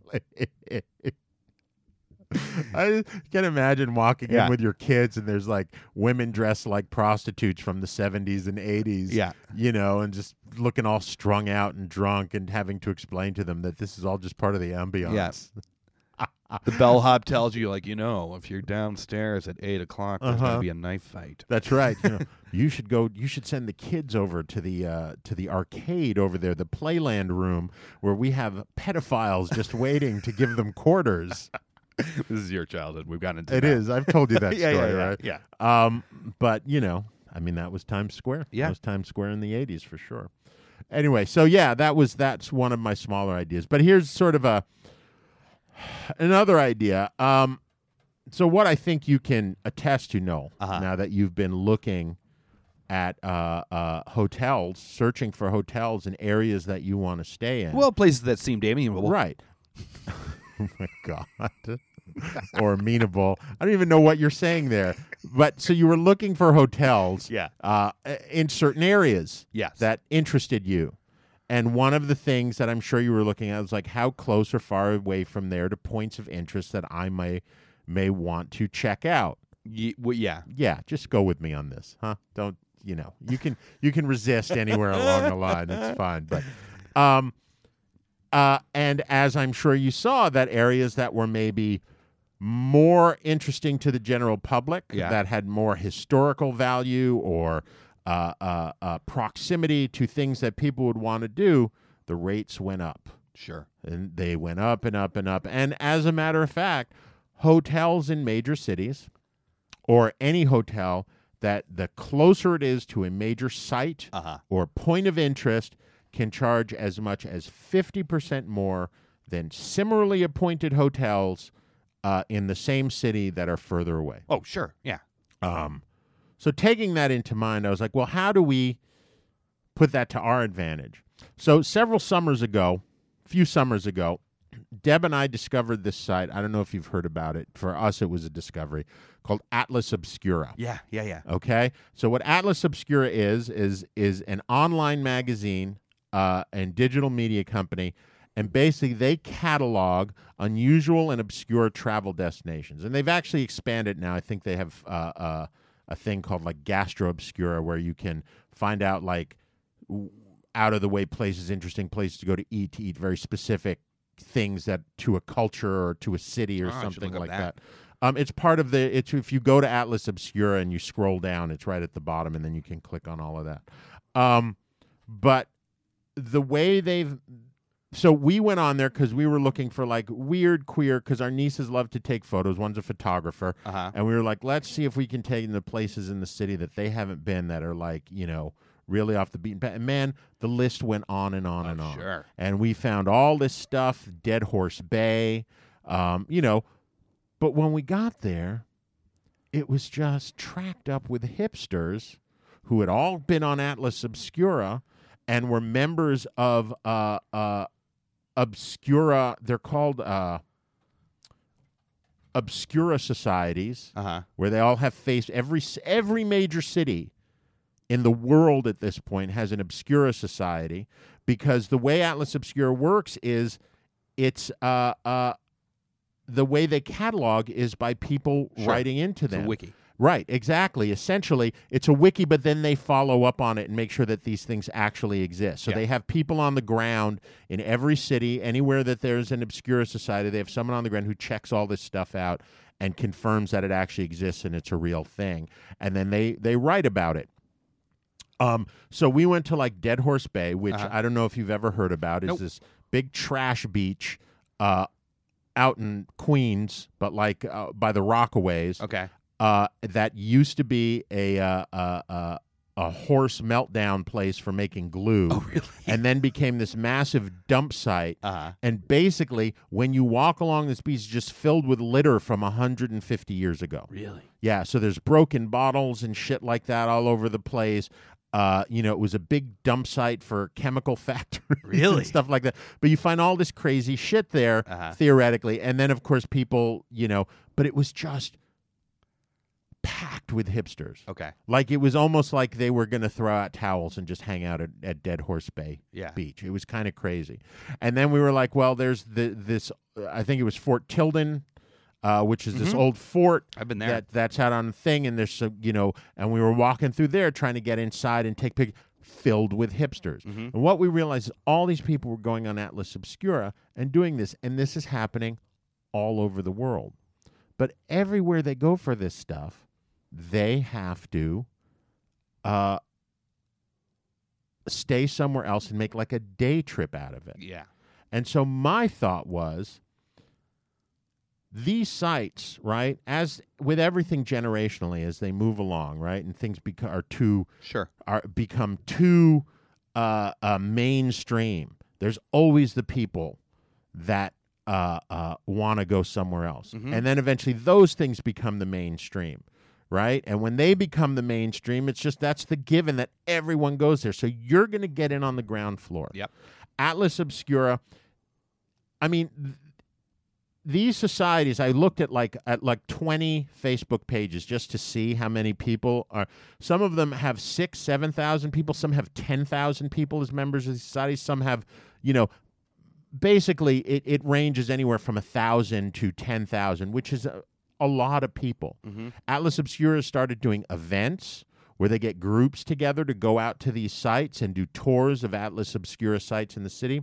F: I can imagine walking
G: Yeah.
F: in with your kids and there's like women dressed like prostitutes from the 70s and 80s.
G: Yeah.
F: You know, and just looking all strung out and drunk and having to explain to them that this is all just part of the ambiance.
G: The bellhop tells you like you know if you're downstairs at eight o'clock there's
F: Uh-huh.
G: gonna be a knife fight.
F: That's right. You, know, you should go. You should send the kids over to the uh, to the arcade over there, the playland room, where we have pedophiles just waiting to give them quarters.
G: this is your childhood. We've gotten into
F: It
G: that.
F: is. I've told you that
G: Yeah, yeah,
F: story,
G: yeah,
F: right?
G: yeah.
F: Um, but you know, I mean, that was Times Square.
G: Yeah.
F: that was Times Square in the '80s for sure. Anyway, so yeah, that was that's one of my smaller ideas. But here's sort of a another idea. Um, so what I think you can attest to, Noel,
G: Uh-huh.
F: now that you've been looking at uh, uh, hotels, searching for hotels in areas that you want to stay in.
G: Well, places that seemed amiable.
F: Right. oh my god. or amenable. I don't even know what you're saying there. But so you were looking for hotels
G: Yeah.
F: uh, in certain areas
G: Yes.
F: that interested you. And one of the things that I'm sure you were looking at was like how close or far away from there to points of interest that I may may want to check out.
G: Ye- well, yeah.
F: Yeah, just go with me on this, huh? Don't you know? You can you can resist anywhere along the line. It's fine, but um, uh, and as I'm sure you saw, that areas that were maybe more interesting to the general public,
G: Yeah.
F: that had more historical value or uh, uh, uh, proximity to things that people would want to do, the rates went up.
G: Sure.
F: And they went up and up and up. And as a matter of fact, hotels in major cities or any hotel that the closer it is to a major site
G: Uh-huh.
F: or point of interest can charge as much as 50% more than similarly appointed hotels uh, in the same city that are further away.
G: Oh, sure. Yeah.
F: Um, so taking that into mind, I was like, well, how do we put that to our advantage? So several summers ago, few summers ago, Deb and I discovered this site. I don't know if you've heard about it. For us, it was a discovery called Atlas Obscura.
G: Yeah. Yeah. Yeah.
F: Okay. So what Atlas Obscura is is is an online magazine uh, and digital media company, and basically they catalog unusual and obscure travel destinations, and they've actually expanded now. I think they have uh, uh, a thing called like Gastro Obscura, where you can find out like out of the way places, interesting places to go to eat, to eat very specific things that to a culture or to a city or
G: Ah, I should
F: something
G: look up
F: like
G: that.
F: that. Um, it's part of the. It's if you go to Atlas Obscura and you scroll down, it's right at the bottom, and then you can click on all of that. Um, but the way they've so we went on there because we were looking for like weird queer because our nieces love to take photos. One's a photographer,
G: Uh-huh.
F: and we were like, let's see if we can take them to places in the city that they haven't been that are like you know really off the beaten path. And man, the list went on and on and on.
G: Oh, sure.
F: And we found all this stuff, Dead Horse Bay, um, you know. But when we got there, it was just tracked up with hipsters who had all been on Atlas Obscura and were members of uh, uh, Obscura. They're called uh, Obscura Societies,
G: Uh huh.
F: where they all have faced every s- every major city in the world at this point has an Obscura Society because the way Atlas Obscura works is it's uh, uh, the way they catalog is by people
G: Sure.
F: writing into
G: It's a
F: them.
G: wiki.
F: Right, exactly. Essentially, it's a wiki, but then they follow up on it and make sure that these things actually exist. So
G: Yeah.
F: they have people on the ground in every city, anywhere that there's an obscure society, they have someone on the ground who checks all this stuff out and confirms that it actually exists and it's a real thing. And then they, they write about it. Um, so we went to like Dead Horse Bay, which I don't know if you've ever heard about. Is
G: Uh-huh. Nope.
F: this big trash beach uh, out in Queens, but like uh, by the Rockaways?
G: Okay.
F: uh, that used to be a uh, uh, uh, a horse meltdown place for making glue, and then became this massive dump site.
G: Uh huh.
F: And basically, when you walk along this beach, it's just filled with litter from 150 years ago.
G: Really?
F: Yeah, so there's broken bottles and shit like that all over the place. Uh, you know, it was a big dump site for chemical factories
G: Really?
F: and stuff like that. But you find all this crazy shit there
G: Uh-huh.
F: theoretically, and then of course people, you know, but it was just packed with hipsters.
G: Okay.
F: Like it was almost like they were going to throw out towels and just hang out at, at Dead Horse Bay
G: Yeah.
F: Beach. It was kind of crazy. And then we were like, well, there's the this. I think it was Fort Tilden, uh, which is this old fort.
G: I've been there.
F: That that's out on the thing, and there's some, you know, and we were walking through there trying to get inside and take pictures. Filled with hipsters,
G: Mm-hmm.
F: and what we realized is all these people were going on Atlas Obscura and doing this, and this is happening all over the world. But everywhere they go for this stuff, they have to uh, stay somewhere else and make like a day trip out of it.
G: Yeah.
F: And so my thought was these sites, right, as with everything generationally as they move along, right, and things beco- are too
G: Sure.
F: are become too uh, uh, mainstream. There's always the people that uh, uh, want to go somewhere else, and then eventually those things become the mainstream, right? And when they become the mainstream, it's just that's the given that everyone goes there. So you're going to get in on the ground floor.
G: Yep.
F: Atlas Obscura. I mean, th- these societies. I looked at like at like twenty Facebook pages just to see how many people are. Some of them have six, seven thousand people. Some have ten thousand people as members of the society. Some have, you know, basically it, it ranges anywhere from a thousand to ten thousand, which is a, a lot of people. Atlas Obscura started doing events where they get groups together to go out to these sites and do tours of Atlas Obscura sites in the city.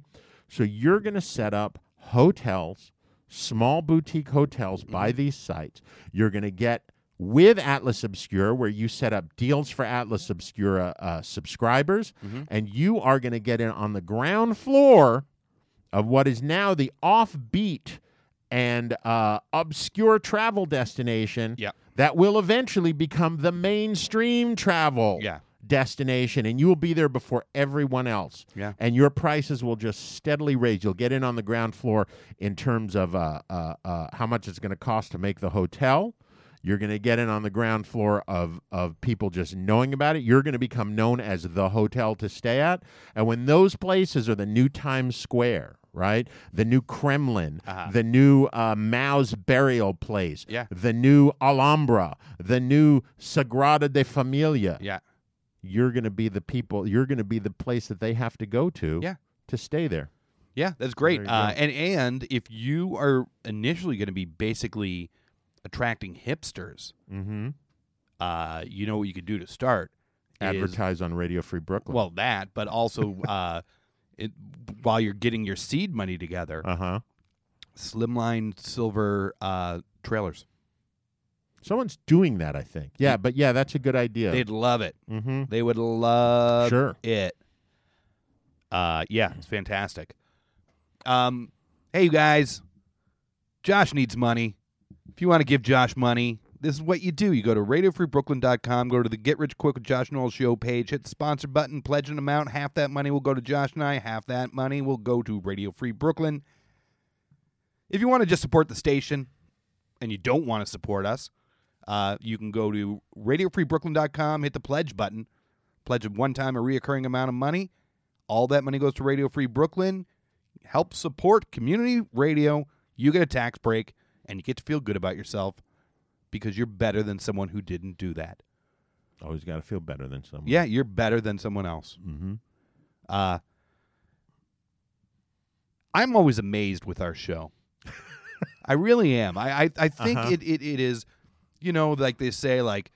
F: So you're going to set up hotels, small boutique hotels by these sites. You're going to get with Atlas Obscura, where you set up deals for Atlas Obscura uh, subscribers, and you are going to get in on the ground floor of what is now the offbeat and uh, obscure travel destination
G: Yep.
F: that will eventually become the mainstream travel
G: Yeah.
F: destination, and you will be there before everyone else.
G: Yeah.
F: And your prices will just steadily raise. You'll get in on the ground floor in terms of uh, uh, uh, how much it's going to cost to make the hotel. You're going to get in on the ground floor of, of people just knowing about it. You're going to become known as the hotel to stay at. And when those places are the new Times Square, right? The new Kremlin, the new uh, Mao's burial place,
G: Uh-huh. Yeah.
F: the new Alhambra, the new Sagrada de Familia,
G: Yeah.
F: you're going to be the people you're going to be the place that they have to go to
G: Yeah.
F: to stay there
G: Yeah, that's great.
F: you
G: Uh,
F: go.
G: and and if you are initially going to be basically attracting hipsters,
F: mm-hmm.
G: uh, you know what you could do to start. is-
F: advertise on radio free brooklyn
G: well, that, but also uh, it, while you're getting your seed money together,
F: uh-huh
G: slimline silver uh, trailers.
F: someone's doing that i think yeah but yeah that's a good idea
G: They'd love it.
F: mm-hmm.
G: They would love
F: Sure.
G: it. Uh, yeah, it's fantastic. Um, hey, you guys, Josh needs money. If you want to give Josh money, this is what you do. You go to radiofreebrooklyn.com, go to the Get Rich Quick with Josh Noel show page, hit the sponsor button, pledge an amount. Half that money will go to Josh and I, half that money will go to Radio Free Brooklyn. If you want to just support the station and you don't want to support us, uh, you can go to radiofreebrooklyn.com, hit the pledge button, pledge a one time or reoccurring amount of money. All that money goes to Radio Free Brooklyn. Help support community radio. You get a tax break and you get to feel good about yourself because you're better than someone who didn't do that.
F: always got to Oh, feel better than someone
G: Yeah, you're better than someone else. Mm-hmm. Uh, I'm always amazed with our show. I really am. I I, I think
F: Uh-huh.
G: it, it it is, you know, like they say, like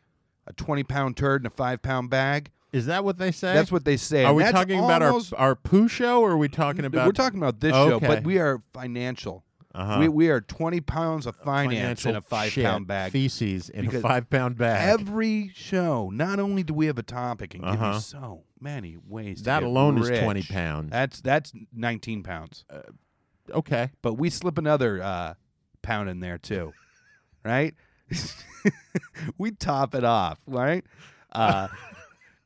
G: a 20 pound turd in a five pound bag.
F: is that what they say
G: That's what they say.
F: are
G: and
F: we
G: that's
F: talking about
G: almost-
F: our our poo show or are we talking about
G: We're talking about this show,
F: Okay.
G: but we are financial.
F: Uh-huh.
G: We we are 20 pounds of finance
F: financial
G: in a five
F: shit,
G: pound bag.
F: feces in a
G: Because
F: five pound bag
G: Every show, not only do we have a topic and give
F: Uh-huh.
G: you so many ways. to
F: That
G: get
F: alone is
G: rich.
F: 20 pounds. Uh,
G: That's that's nineteen pounds.
F: okay
G: But we slip another uh, pound in there too, right? we top it off, right? Uh,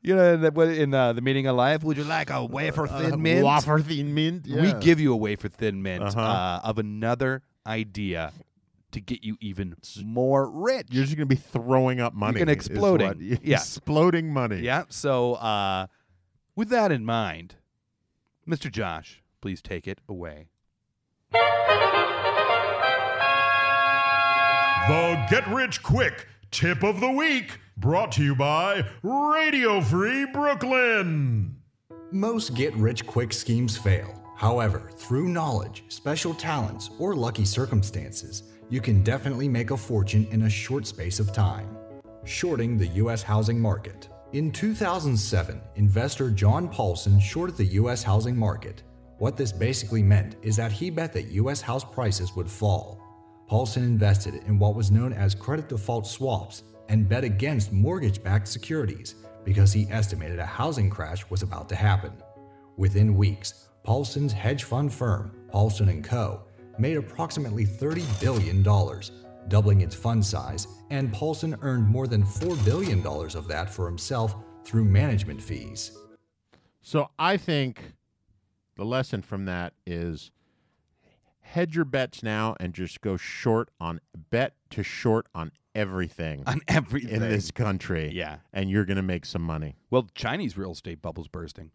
G: you know, in the, what- in uh, the meeting of life, would you like a wafer thin mint?
F: Uh, wafer thin mint
G: We
F: yeah.
G: give you a wafer thin mint
F: Uh-huh.
G: uh, of another idea to get you even more rich.
F: you're just gonna be throwing up money
G: gonna
F: is
G: explode
F: what-
G: it. Yeah.
F: exploding money
G: Yeah. So, uh, with that in mind, Mr. Josh, please take it away.
H: The Get Rich Quick Tip of the Week, brought to you by Radio Free Brooklyn.
I: Most get rich quick schemes fail. However, through knowledge, special talents, or lucky circumstances, you can definitely make a fortune in a short space of time. Shorting the U.S. housing market. In 2007, investor John Paulson shorted the U.S. housing market. What this basically meant is that he bet that U.S. house prices would fall. Paulson invested in what was known as credit default swaps and bet against mortgage backed securities because he estimated a housing crash was about to happen. Within weeks, Paulson's hedge fund firm, Paulson & Co., made approximately $30 billion, doubling its fund size, and Paulson earned more than $4 billion of that for himself through management fees.
F: So I think the lesson from that is hedge your bets now and just go short on bet to short on everything
G: On everything.
F: in this country.
G: Yeah.
F: And you're going to make some money.
G: Well, Chinese real estate bubble's bursting.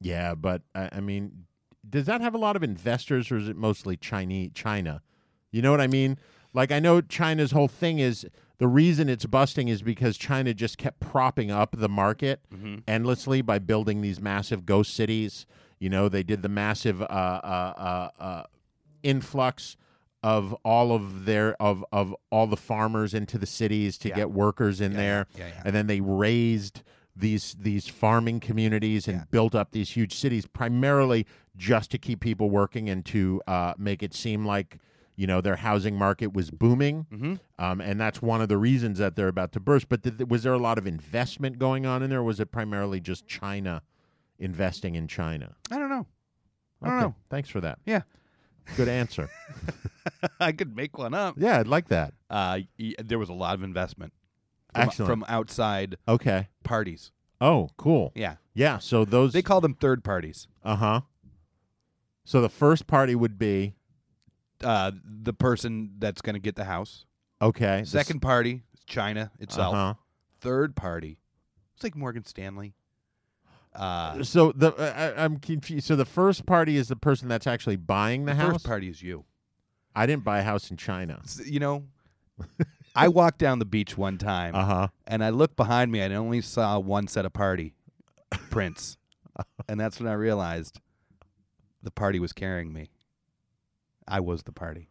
F: Yeah, but I, I mean, does that have a lot of investors or is it mostly Chinese China? You know what I mean? Like I know China's whole thing is the reason it's busting is because China just kept propping up the market endlessly by building these massive ghost cities. You know, they did the massive uh, uh, uh, uh, influx of all of their of of all the farmers into the cities to get workers in there
G: yeah, yeah.
F: and then they raised these these farming communities and built up these huge cities primarily just to keep people working and to uh, make it seem like You know, their housing market was booming,
G: Mm-hmm.
F: um, and that's one of the reasons that they're about to burst. But th- th- was there a lot of investment going on in there? Or was it primarily just China investing in China?
G: I don't know. I don't know.
F: Thanks for that.
G: Yeah,
F: Good answer.
G: I could make one up.
F: yeah, I'd like that.
G: Uh, y- there was a lot of investment from,
F: Excellent.
G: from outside
F: Okay.
G: parties.
F: Oh, cool.
G: Yeah,
F: Yeah. So those.
G: they call them third parties.
F: uh huh. So the first party would be
G: Uh, the person that's going to get the house.
F: okay. the
G: Second party, is China
F: s-
G: itself.
F: Uh-huh.
G: Third party, it's like Morgan Stanley. Uh,
F: So the uh, I, I'm confused. So the first party is the person that's actually buying the,
G: the
F: house.
G: first party is you.
F: I didn't buy a house in China.
G: S- You know, I walked down the beach one time
F: huh.
G: and I looked behind me and I only saw one set of party prints, and that's when I realized the party was carrying me. I was the party.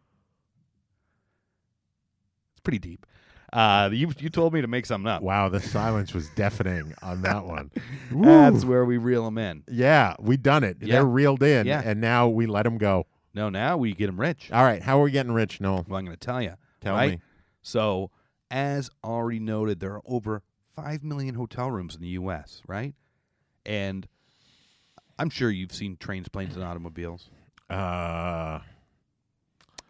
G: It's pretty deep. Uh, you you told me to make something up.
F: Wow, the silence was deafening on that one.
G: That's
F: Woo.
G: where we reel them in.
F: yeah, we done it.
G: Yeah.
F: They're reeled in,
G: Yeah.
F: and now we let them go.
G: No, now we get them rich.
F: All right, how are we getting rich, Noel?
G: Well, I'm going to tell you.
F: Tell me.
G: So, as already noted, there are over 5 million hotel rooms in the U.S., right? And I'm sure you've seen trains, planes, and automobiles.
F: Uh,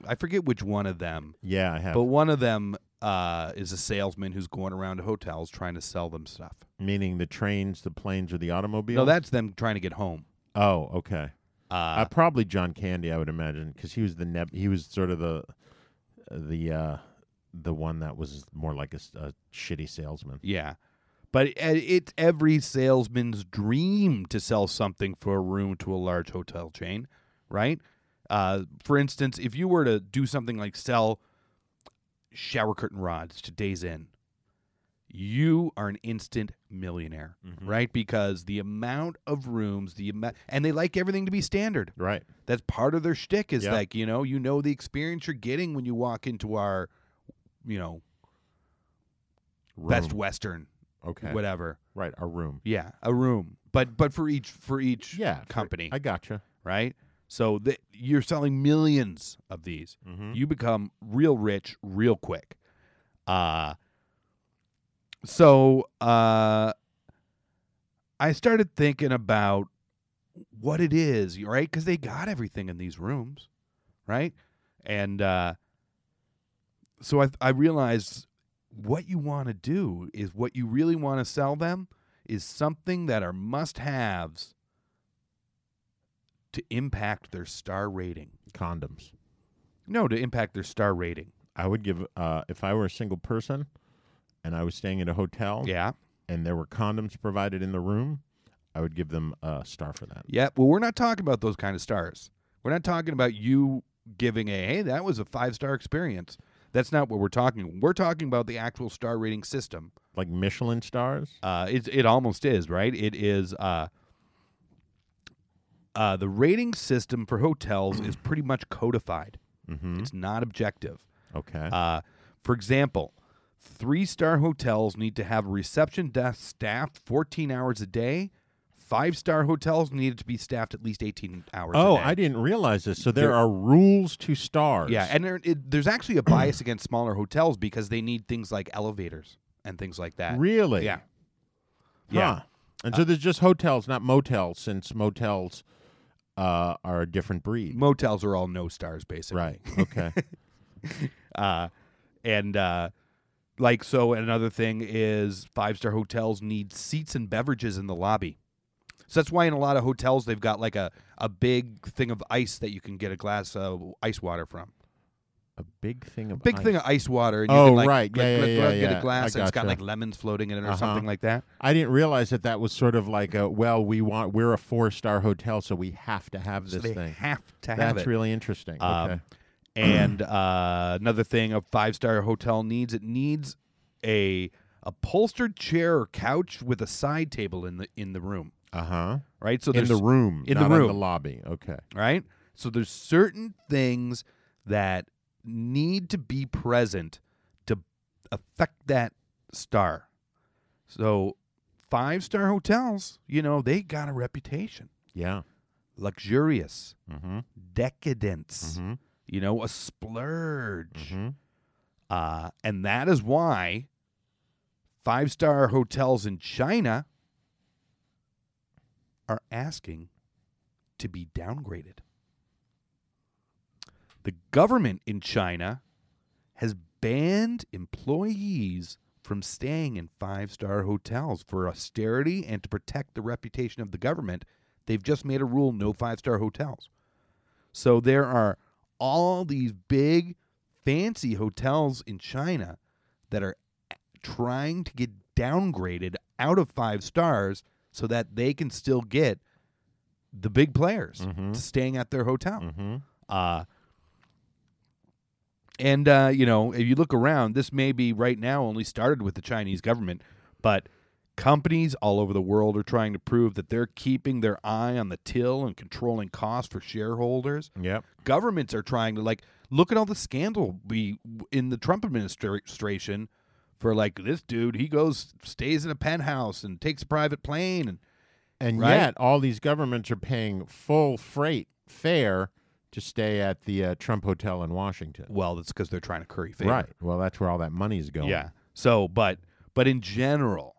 G: I forget which one of them,
F: yeah, I have.
G: but one of them uh, is a salesman who's going around to hotels trying to sell them stuff.
F: Meaning the trains, the planes, or the automobile.
G: No, that's them trying to get home.
F: Oh, okay. Uh,
G: Uh,
F: probably John Candy, I would imagine, because he was the neb- he was sort of the the uh, the one that was more like a, s- a shitty salesman.
G: yeah. But it, it's every salesman's dream to sell something for a room to a large hotel chain, right? Uh, for instance, if you were to do something like sell shower curtain rods to Days Inn, you are an instant millionaire,
F: Mm-hmm.
G: right? Because the amount of rooms, the amount, and they like everything to be standard.
F: Right.
G: That's part of their shtick is
F: Yeah.
G: like, you know, you know the experience you're getting when you walk into our, you know, Best
F: Room.
G: Western,
F: Okay.
G: whatever.
F: Right. A room.
G: Yeah, a room. But but for each for each
F: Yeah. for-
G: company,
F: I gotcha.
G: right? So that you're selling millions of these. You become real rich real quick. Uh so uh I started thinking about what it is, right? Cuz they got everything in these rooms, right? And uh so I I realized what you want to do is what you really want to sell them is something that are must-haves to impact their star rating.
F: Condoms.
G: No, to impact their star rating.
F: I would give uh, if I were a single person and I was staying at a hotel
G: Yeah.
F: and there were condoms provided in the room, I would give them a star for that.
G: Yeah. Well, we're not talking about those kind of stars. We're not talking about you giving a, hey, that was a five star experience. That's not what we're talking. We're talking about the actual star rating system.
F: Like Michelin stars?
G: Uh, it, it almost is, right? It is. Uh, uh, the rating system for hotels is pretty much codified. It's not objective.
F: Okay.
G: Uh, for example, three star hotels need to have a reception desk staffed 14 hours a day. Five star hotels needed to be staffed at least 18 hours a
F: oh,
G: day.
F: I didn't realize this. So there,
G: There-
F: are rules to stars.
G: Yeah, and there, it, there's actually a bias against smaller hotels because they need things like elevators and things like that.
F: Really?
G: uh, Yeah.
F: Yeah.
G: Yeah.
F: And so there's just hotels, not motels, since motels uh, are a different breed.
G: Motels are all no stars, basically.
F: right. Okay.
G: Uh, and uh, like so, another thing is five star hotels need seats and beverages in the lobby. So that's why in a lot of hotels they've got like a, a big thing of ice that you can get a glass of ice water from.
F: a big thing of
G: Big
F: ice.
G: thing of ice water. And you
F: Oh,
G: can like
F: right.
G: gl-
F: Yeah,
G: gl-
F: yeah,
G: gl-
F: yeah,
G: get
F: yeah.
G: a glass
F: I
G: and it's got
F: gotcha.
G: like lemons floating in it or
F: Uh-huh.
G: something like that.
F: I didn't realize that that was sort of like a well, we want we're a four star hotel, so we have to have
G: So
F: this
G: they
F: thing.
G: have to have
F: That's
G: it.
F: really interesting.
G: Um,
F: okay.
G: And uh, another thing a five star hotel needs it needs a upholstered chair or couch with a side table in the in the room.
F: Uh huh.
G: Right. So
F: In
G: there's
F: the room,
G: in
F: not
G: the room.
F: in the lobby. Okay.
G: right. So there's certain things that need to be present to affect that star. So five star hotels, you know, they got a reputation
F: Yeah.
G: luxurious,
F: Mm-hmm. Mm-hmm.
G: decadence, you know, a splurge. Uh, and that is why five star hotels in China are asking to be downgraded. The government in China has banned employees from staying in five star hotels for austerity and to protect the reputation of the government. They've just made a rule no five star hotels. So there are all these big, fancy hotels in China that are trying to get downgraded out of five stars so that they can still get the big players to staying at their hotel. Uh, and uh, you know, if you look around, this may be right now only started with the Chinese government, but companies all over the world are trying to prove that they're keeping their eye on the till and controlling costs for shareholders.
F: Yep.
G: Governments are trying to like look at all the scandal we in the Trump administration for like this dude, he goes stays in a penthouse and takes a private plane and
F: And
G: Right?
F: yet, all these governments are paying full freight fare to stay at the uh, Trump Hotel in Washington.
G: well, that's because they're trying to curry favor.
F: Right. Well, that's where all that money's going.
G: Yeah. So, but but in general,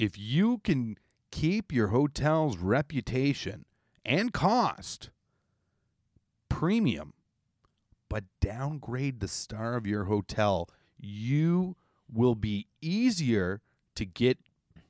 G: if you can keep your hotel's reputation and cost premium, but downgrade the star of your hotel, you will be easier to get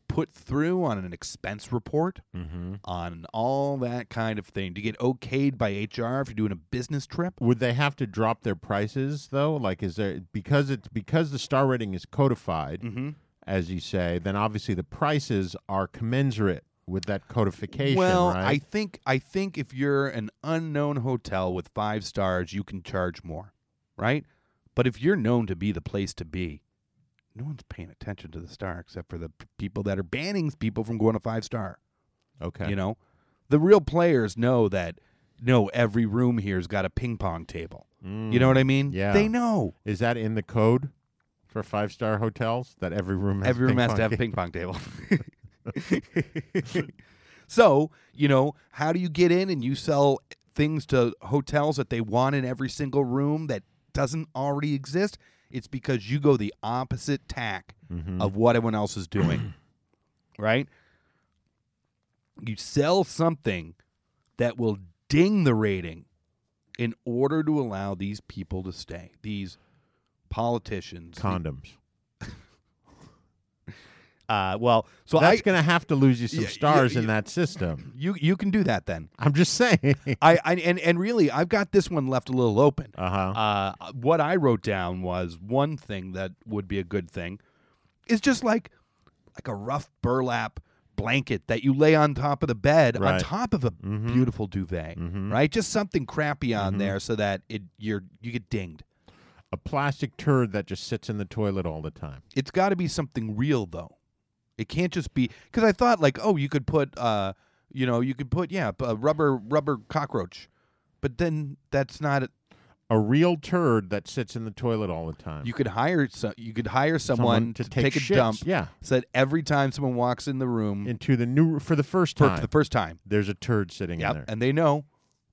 G: put through on an expense report,
F: Mm-hmm.
G: on all that kind of thing, to get okayed by HR if you're doing a business trip.
F: Would they have to drop their prices though? Like, is there because it's because the star rating is codified,
G: Mm-hmm.
F: as you say, then obviously the prices are commensurate with that codification.
G: Well,
F: right?
G: I think I think if you're an unknown hotel with five stars, you can charge more, right? But if you're known to be the place to be, no one's paying attention to the star except for the p- people that are banning people from going to five star.
F: okay.
G: You know, the real players know that. No, every room here's got a ping pong table. You know what I mean?
F: Mm, yeah.
G: they know.
F: Is that in the code for five star hotels that every room has
G: Every room has to have a
F: ping-pong
G: ping pong table. so, you know, how do you get in and you sell things to hotels that they want in every single room that doesn't already exist? It's because you go the opposite tack of what everyone else is doing, right? You sell something that will ding the rating in order to allow these people to stay, these politicians.
F: condoms?
G: uh, well, so
F: That's
G: I,
F: going to have to lose you some
G: Yeah, yeah,
F: stars in
G: yeah.
F: that system.
G: You you can do that then.
F: I'm just saying.
G: I, I and and really, I've got this one left a little open.
F: Uh-huh.
G: Uh, what I wrote down was one thing that would be a good thing is just like like a rough burlap blanket that you lay on top of the bed on
F: Right.
G: top of a beautiful duvet, right? Just something crappy on there so that it you're you get dinged.
F: A plastic turd that just sits in the toilet all the time.
G: it's got to be something real though. It can't just be because I thought like, oh, you could put, uh, you know, you could put yeah, a rubber rubber cockroach, but then that's not. A,
F: A real turd that sits in the toilet all the time.
G: you could hire so, you could hire someone, to, take, a
F: shits,
G: dump.
F: yeah.
G: so that every time someone walks in the room
F: into the new for the first
G: for
F: time.
G: the first time,
F: there's a turd sitting in
G: yeah,
F: there,
G: and they know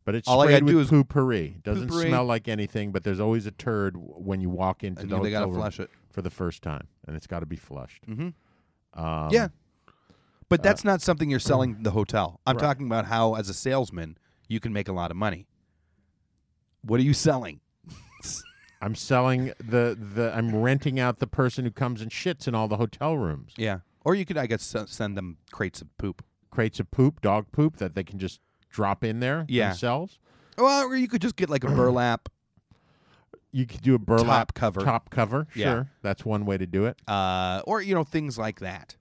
F: but it's
G: all I
F: sprayed
G: gotta
F: with
G: do is
F: poo-pourri. Doesn't
G: poo-pourri.
F: smell like anything, but there's always a turd w- when you walk into
G: And
F: the
G: they gotta
F: hotel room
G: flush it. Mm-hmm.
F: for the first time, and it's got to be flushed. Um,
G: yeah. But
F: uh,
G: that's not something you're selling the hotel. I'm talking about how, as a salesman, you can make a lot of money. What are you selling?
F: I'm selling the the. I'm renting out the person who comes and shits in all the hotel rooms.
G: Yeah. Or you could, I guess, s- send them crates of poop.
F: Crates of poop, dog poop that they can just drop in there
G: Yeah.
F: themselves.
G: Well, or you could just get like a burlap.
F: You could do a burlap
G: Top cover.
F: Top cover.
G: Yeah.
F: Sure, that's one way to do it. Mm-hmm.
G: Uh, or you know things like that.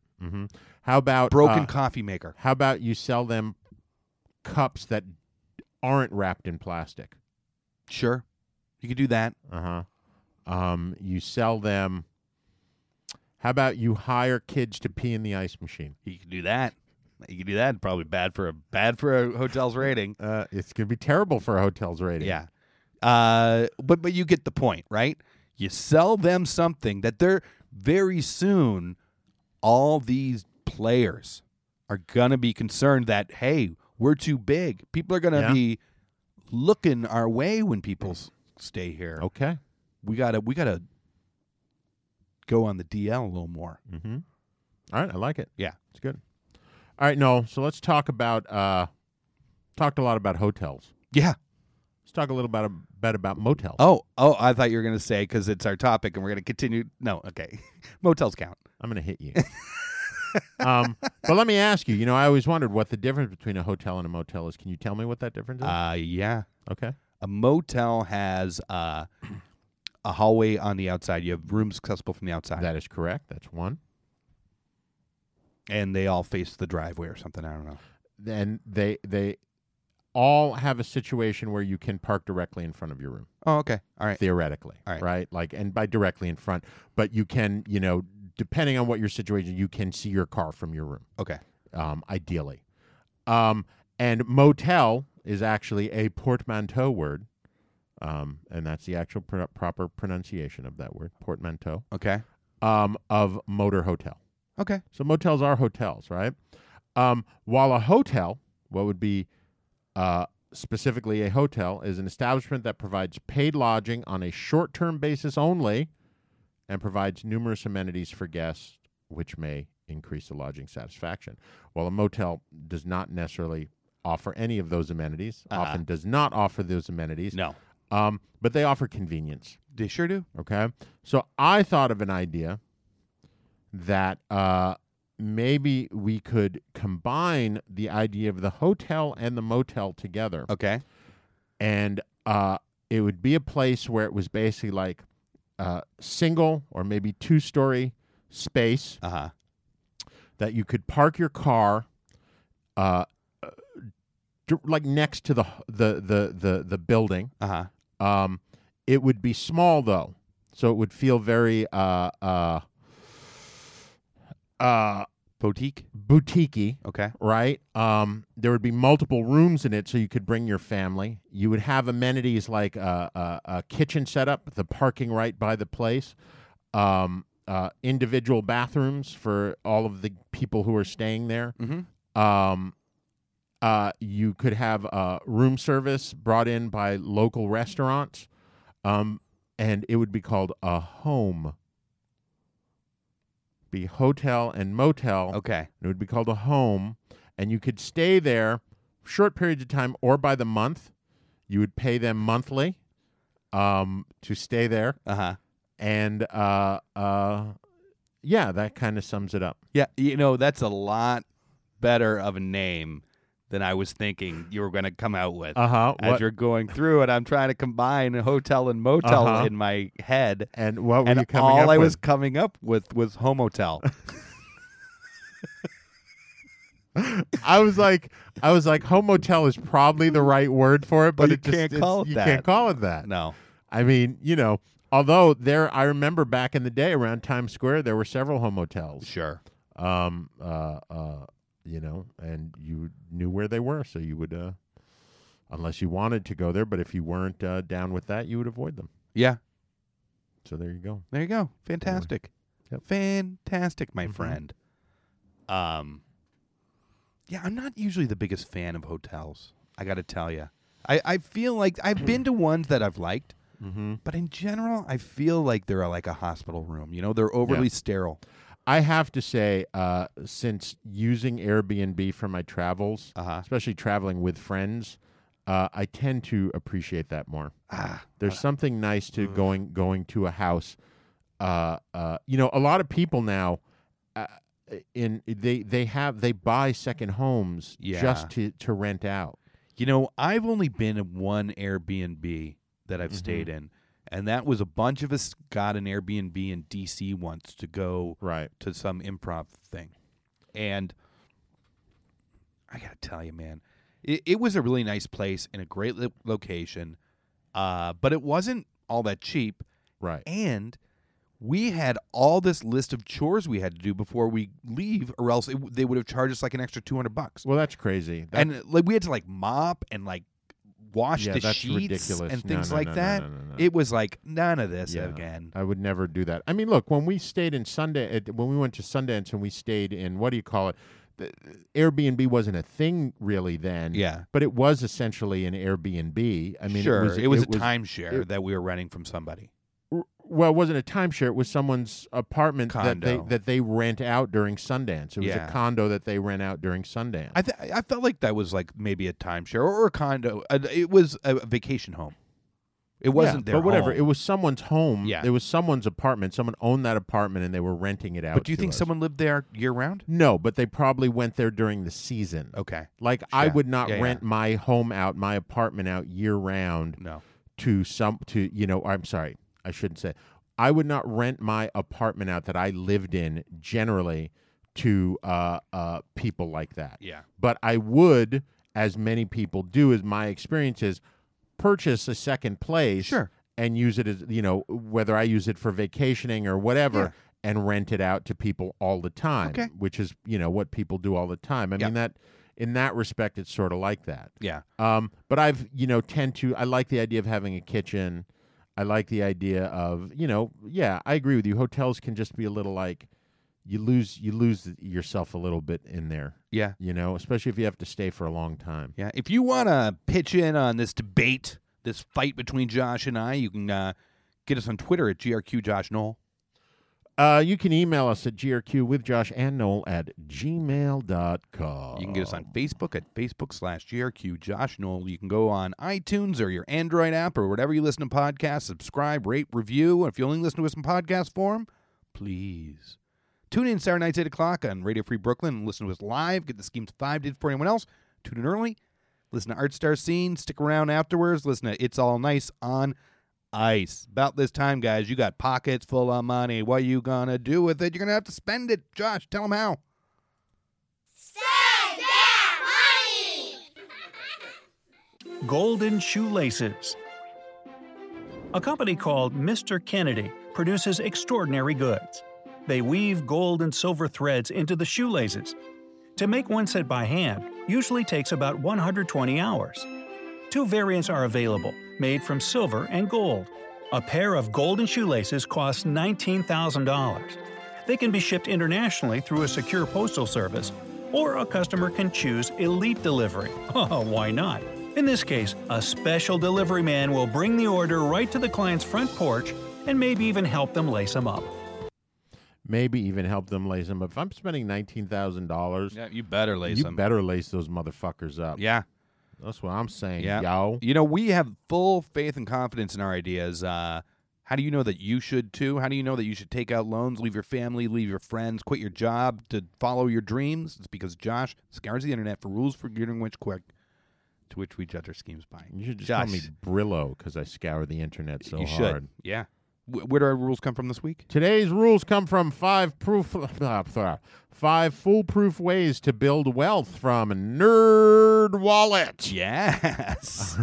F: How about
G: Broken
F: uh,
G: coffee maker.
F: How about you sell them cups that aren't wrapped in plastic?
G: Sure, you could do that.
F: Uh huh. Um, you sell them. How about you hire kids to pee in the ice machine?
G: You could do that. You could do that. Probably bad for a bad for a hotel's rating.
F: Uh, it's gonna be terrible for a hotel's rating.
G: yeah. Uh, but but you get the point, right? You sell them something that they're very soon. All these players are gonna be concerned that hey, we're too big. People are gonna
F: Yeah.
G: be looking our way when people s- stay here.
F: Okay.
G: We gotta we gotta go on the DL a little more.
F: Mm-hmm. All right. I like it.
G: Yeah.
F: It's good. All right. No. So let's talk about. uh Talked a lot about hotels.
G: Yeah.
F: Let's talk a little about a bit about motels.
G: Oh, oh, I thought you were gonna say because it's our topic and we're gonna continue. No, okay. Motels count.
F: I'm going to hit you. um, but let me ask you. You know, I always wondered what the difference between a hotel and a motel is. Can you tell me what that difference is?
G: Uh, yeah.
F: okay.
G: A motel has uh, a hallway on the outside. You have rooms accessible from the outside,
F: That is correct. That's one.
G: and they all face the driveway or something. I don't know.
F: Then they they all have a situation where you can park directly in front of your room,
G: Oh, okay. All right.
F: theoretically,
G: All right.
F: Like, and by directly in front, but you can, you know, depending on what your situation, you can see your car from your room.
G: Okay.
F: um, ideally. Um, and motel is actually a portmanteau word, um, and that's the actual pro- proper pronunciation of that word, portmanteau,
G: Okay.
F: um, of motor hotel.
G: Okay.
F: So motels are hotels, right? Um, while a hotel, what would be uh, specifically a hotel, is an establishment that provides paid lodging on a short term basis only and provides numerous amenities for guests, which may increase the lodging satisfaction. While a motel does not necessarily offer any of those amenities, often does not offer those amenities,
G: No.
F: um, but they offer convenience.
G: They sure do.
F: Okay. So I thought of an idea that uh, maybe we could combine the idea of the hotel and the motel together.
G: Okay.
F: And uh, it would be a place where it was basically like uh, single or maybe two story space
G: Uh huh.
F: that you could park your car uh, uh, d- like next to the, the, the, the, the building.
G: Uh huh.
F: Um, it would be small though, so it would feel very uh uh uh
G: Boutique.
F: boutiquey,
G: Okay.
F: right? Um, there would be multiple rooms in it, so you could bring your family. You would have amenities like uh, uh, a kitchen setup, the parking right by the place, um, uh, individual bathrooms for all of the people who are staying there.
G: Mhm.
F: Um, uh, you could have uh, room service brought in by local restaurants, um, and it would be called a home. Be hotel and motel.
G: Okay.
F: It would be called a home, and you could stay there short periods of time or by the month. You would pay them monthly um, to stay there,
G: Uh huh.
F: and uh, uh, yeah, that kind of sums it up.
G: Yeah, you know, that's a lot better of a name than I was thinking you were going to come out with.
F: Uh-huh.
G: As
F: What-
G: you're going through it, I'm trying to combine hotel and motel
F: Uh-huh.
G: in my head.
F: And what were
G: and
F: you coming
G: all
F: up
G: I
F: with?
G: was coming up with was homotel.
F: I was like, I was like, home motel is probably the right word for it, but,
G: But you
F: it just,
G: can't
F: it's-
G: call it
F: you
G: that.
F: can't call it that.
G: no.
F: I mean, you know, although there, I remember back in the day around Times Square, there were several home motels.
G: Sure.
F: um, uh, uh, you know, and you knew where they were, so you would, uh, unless you wanted to go there, but if you weren't uh, down with that, you would avoid them.
G: Yeah.
F: So there you go.
G: There you go. Fantastic.
F: Yep.
G: Fantastic, my friend. Um Yeah, I'm not usually the biggest fan of hotels. I got to tell you. I, I feel like I've been to ones that I've liked, but in general, I feel like they're like a hospital room. You know, they're overly sterile.
F: I have to say, uh, since using Airbnb for my travels,
G: Uh-huh.
F: especially traveling with friends, uh, I tend to appreciate that more.
G: Ah,
F: There's something nice to
G: mm.
F: going going to a house. Uh, uh, you know, a lot of people now, uh, in they they have they buy second homes
G: Yeah.
F: just to to rent out.
G: You know, I've only been in one Airbnb that I've stayed in, and that was a bunch of us got an Airbnb in DC once to go
F: Right.
G: to some improv thing. And I got to tell you, man, it, it was a really nice place in a great lo- location, uh, but it wasn't all that cheap.
F: Right.
G: And we had all this list of chores we had to do before we leave, or else it, w- they would have charged us like an extra 200 bucks.
F: Well, that's crazy. That-
G: and like we had to like mop and like wash
F: Yeah,
G: the
F: that's
G: sheets
F: ridiculous.
G: and
F: No,
G: things
F: no,
G: like
F: no, no,
G: that.
F: no, no, no.
G: It was like none of this
F: yeah,
G: again.
F: I would never do that. I mean, look, when we stayed in Sunday, at, when we went to Sundance and we stayed in what do you call it? Th- th- Airbnb wasn't a thing really then.
G: Yeah.
F: But it was essentially an Airbnb. I mean,
G: sure,
F: it was,
G: a timeshare
F: it-
G: that we were renting from somebody.
F: r- well, it wasn't a timeshare. It was someone's apartment that
G: Condo.
F: they that they rent out during Sundance. It was
G: Yeah.
F: a condo that they rent out during Sundance.
G: I th- I felt like that was like maybe a timeshare or a condo. Uh, it was a vacation home. It
F: Yeah,
G: wasn't their
F: but whatever.
G: home.
F: It was someone's home.
G: Yeah.
F: it was someone's apartment. Someone owned that apartment and they were renting it out.
G: But do you
F: to
G: think
F: us.
G: someone lived there year round?
F: No, but they probably went there during the season.
G: Okay.
F: Like I
G: Yeah.
F: would not
G: Yeah, yeah.
F: rent my home out, my apartment out year round
G: No.
F: to some to you know. I'm sorry, I shouldn't say. I would not rent my apartment out that I lived in generally to uh, uh, people like that.
G: Yeah.
F: But I would, as many people do, as my experience is, purchase a second place
G: Sure.
F: and use it as, you know, whether I use it for vacationing or whatever and rent it out to people all the time,
G: Okay.
F: which is, you know, what people do all the time. I
G: Yeah.
F: mean, that in that respect, it's sort of like that.
G: Yeah.
F: Um, but I've, you know, tend to, I like the idea of having a kitchen. I like the idea of, you know, yeah, I agree with you. Hotels can just be a little like, you lose you lose yourself a little bit in there
G: Yeah.
F: you know, especially if you have to stay for a long time.
G: Yeah. If you want to pitch in on this debate, this fight between Josh and I, you can uh, get us on Twitter at GRQ Josh Knoll.
F: Uh, you can email us at grq with Josh and Noel at gmail.com.
G: You can get us on Facebook at Facebook slash GRQ Josh Knoll. You can go on iTunes or your Android app or whatever you listen to podcasts. Subscribe, rate, review. And if you only listen to us in podcast form, please tune in Saturday nights, 8 o'clock on Radio Free Brooklyn and listen to us live. Get the schemes five days before anyone else. Tune in early. Listen to Art Star Scene. Stick around afterwards. Listen to It's All Nice on Ice. About this time, guys, you got pockets full of money. What you going to do with it? You're going to have to spend it. Josh, tell them how.
J: Golden Shoelaces. A company called Mr. Kennedy produces extraordinary goods. They weave gold and silver threads into the shoelaces. To make one set by hand usually takes about 120 hours. Two variants are available, made from silver and gold. A pair of golden shoelaces costs $19,000. They can be shipped internationally through a secure postal service, or a customer can choose elite delivery. Oh, Why not? In this case, a special delivery man will bring the order right to the client's front porch and maybe even help them lace them up.
F: Maybe even help them lace them up. If I'm spending $19,000,
G: Yeah, you better lace
F: you
G: them.
F: better lace those motherfuckers up.
G: Yeah,
F: That's what I'm saying,
G: yeah.
F: yo.
G: You know, we have full faith and confidence in our ideas. Uh, how do you know that you should too? How do you know that you should take out loans, leave your family, leave your friends, quit your job to follow your dreams? It's because Josh scours the internet for rules for getting rich quick, to which we judge our schemes by.
F: You should just
G: Josh,
F: call me Brillo because I scour the internet so
G: you should.
F: hard.
G: Yeah. Wh- where do our rules come from this week?
F: Today's rules come from five proof, five foolproof ways to build wealth from Nerd Wallet.
G: Yes.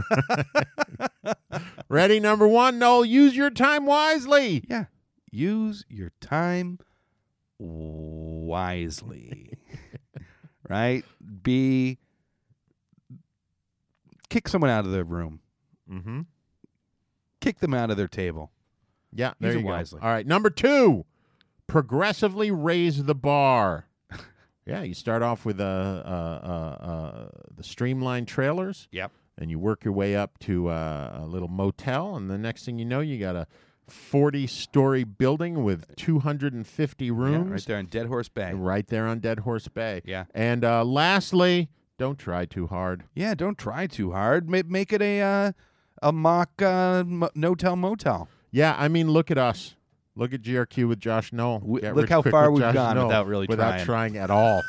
F: Ready, number one, Noel, use your time wisely.
G: yeah. Use your time wisely. right? Be kick someone out of the room.
F: Mm-hmm.
G: Kick them out of their table.
F: Yeah, there
G: it
F: you go.
G: wisely.
F: All right, number two, progressively raise the bar. yeah, you start off with uh, uh, uh, uh, the streamlined trailers.
G: Yep.
F: and you work your way up to uh, a little motel, and the next thing you know, you got a forty-story building with two hundred and fifty rooms.
G: right there on Dead Horse Bay.
F: Right there on Dead Horse Bay.
G: Yeah.
F: And uh, lastly, don't try too hard.
G: Yeah, don't try too hard. Make, make it a uh, a mock uh, mo- no-tell motel.
F: Yeah, I mean, look at us. Look at GRQ with Josh Knoll.
G: W-
F: Get
G: look
F: rich
G: how
F: quick
G: far
F: with
G: we've gone
F: Josh Knoll
G: without really
F: without
G: trying.
F: trying at all.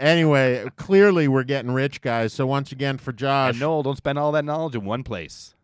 F: anyway, clearly we're getting rich, guys. So once again for Josh,
G: And Uh, Noel, don't spend all that knowledge in one place.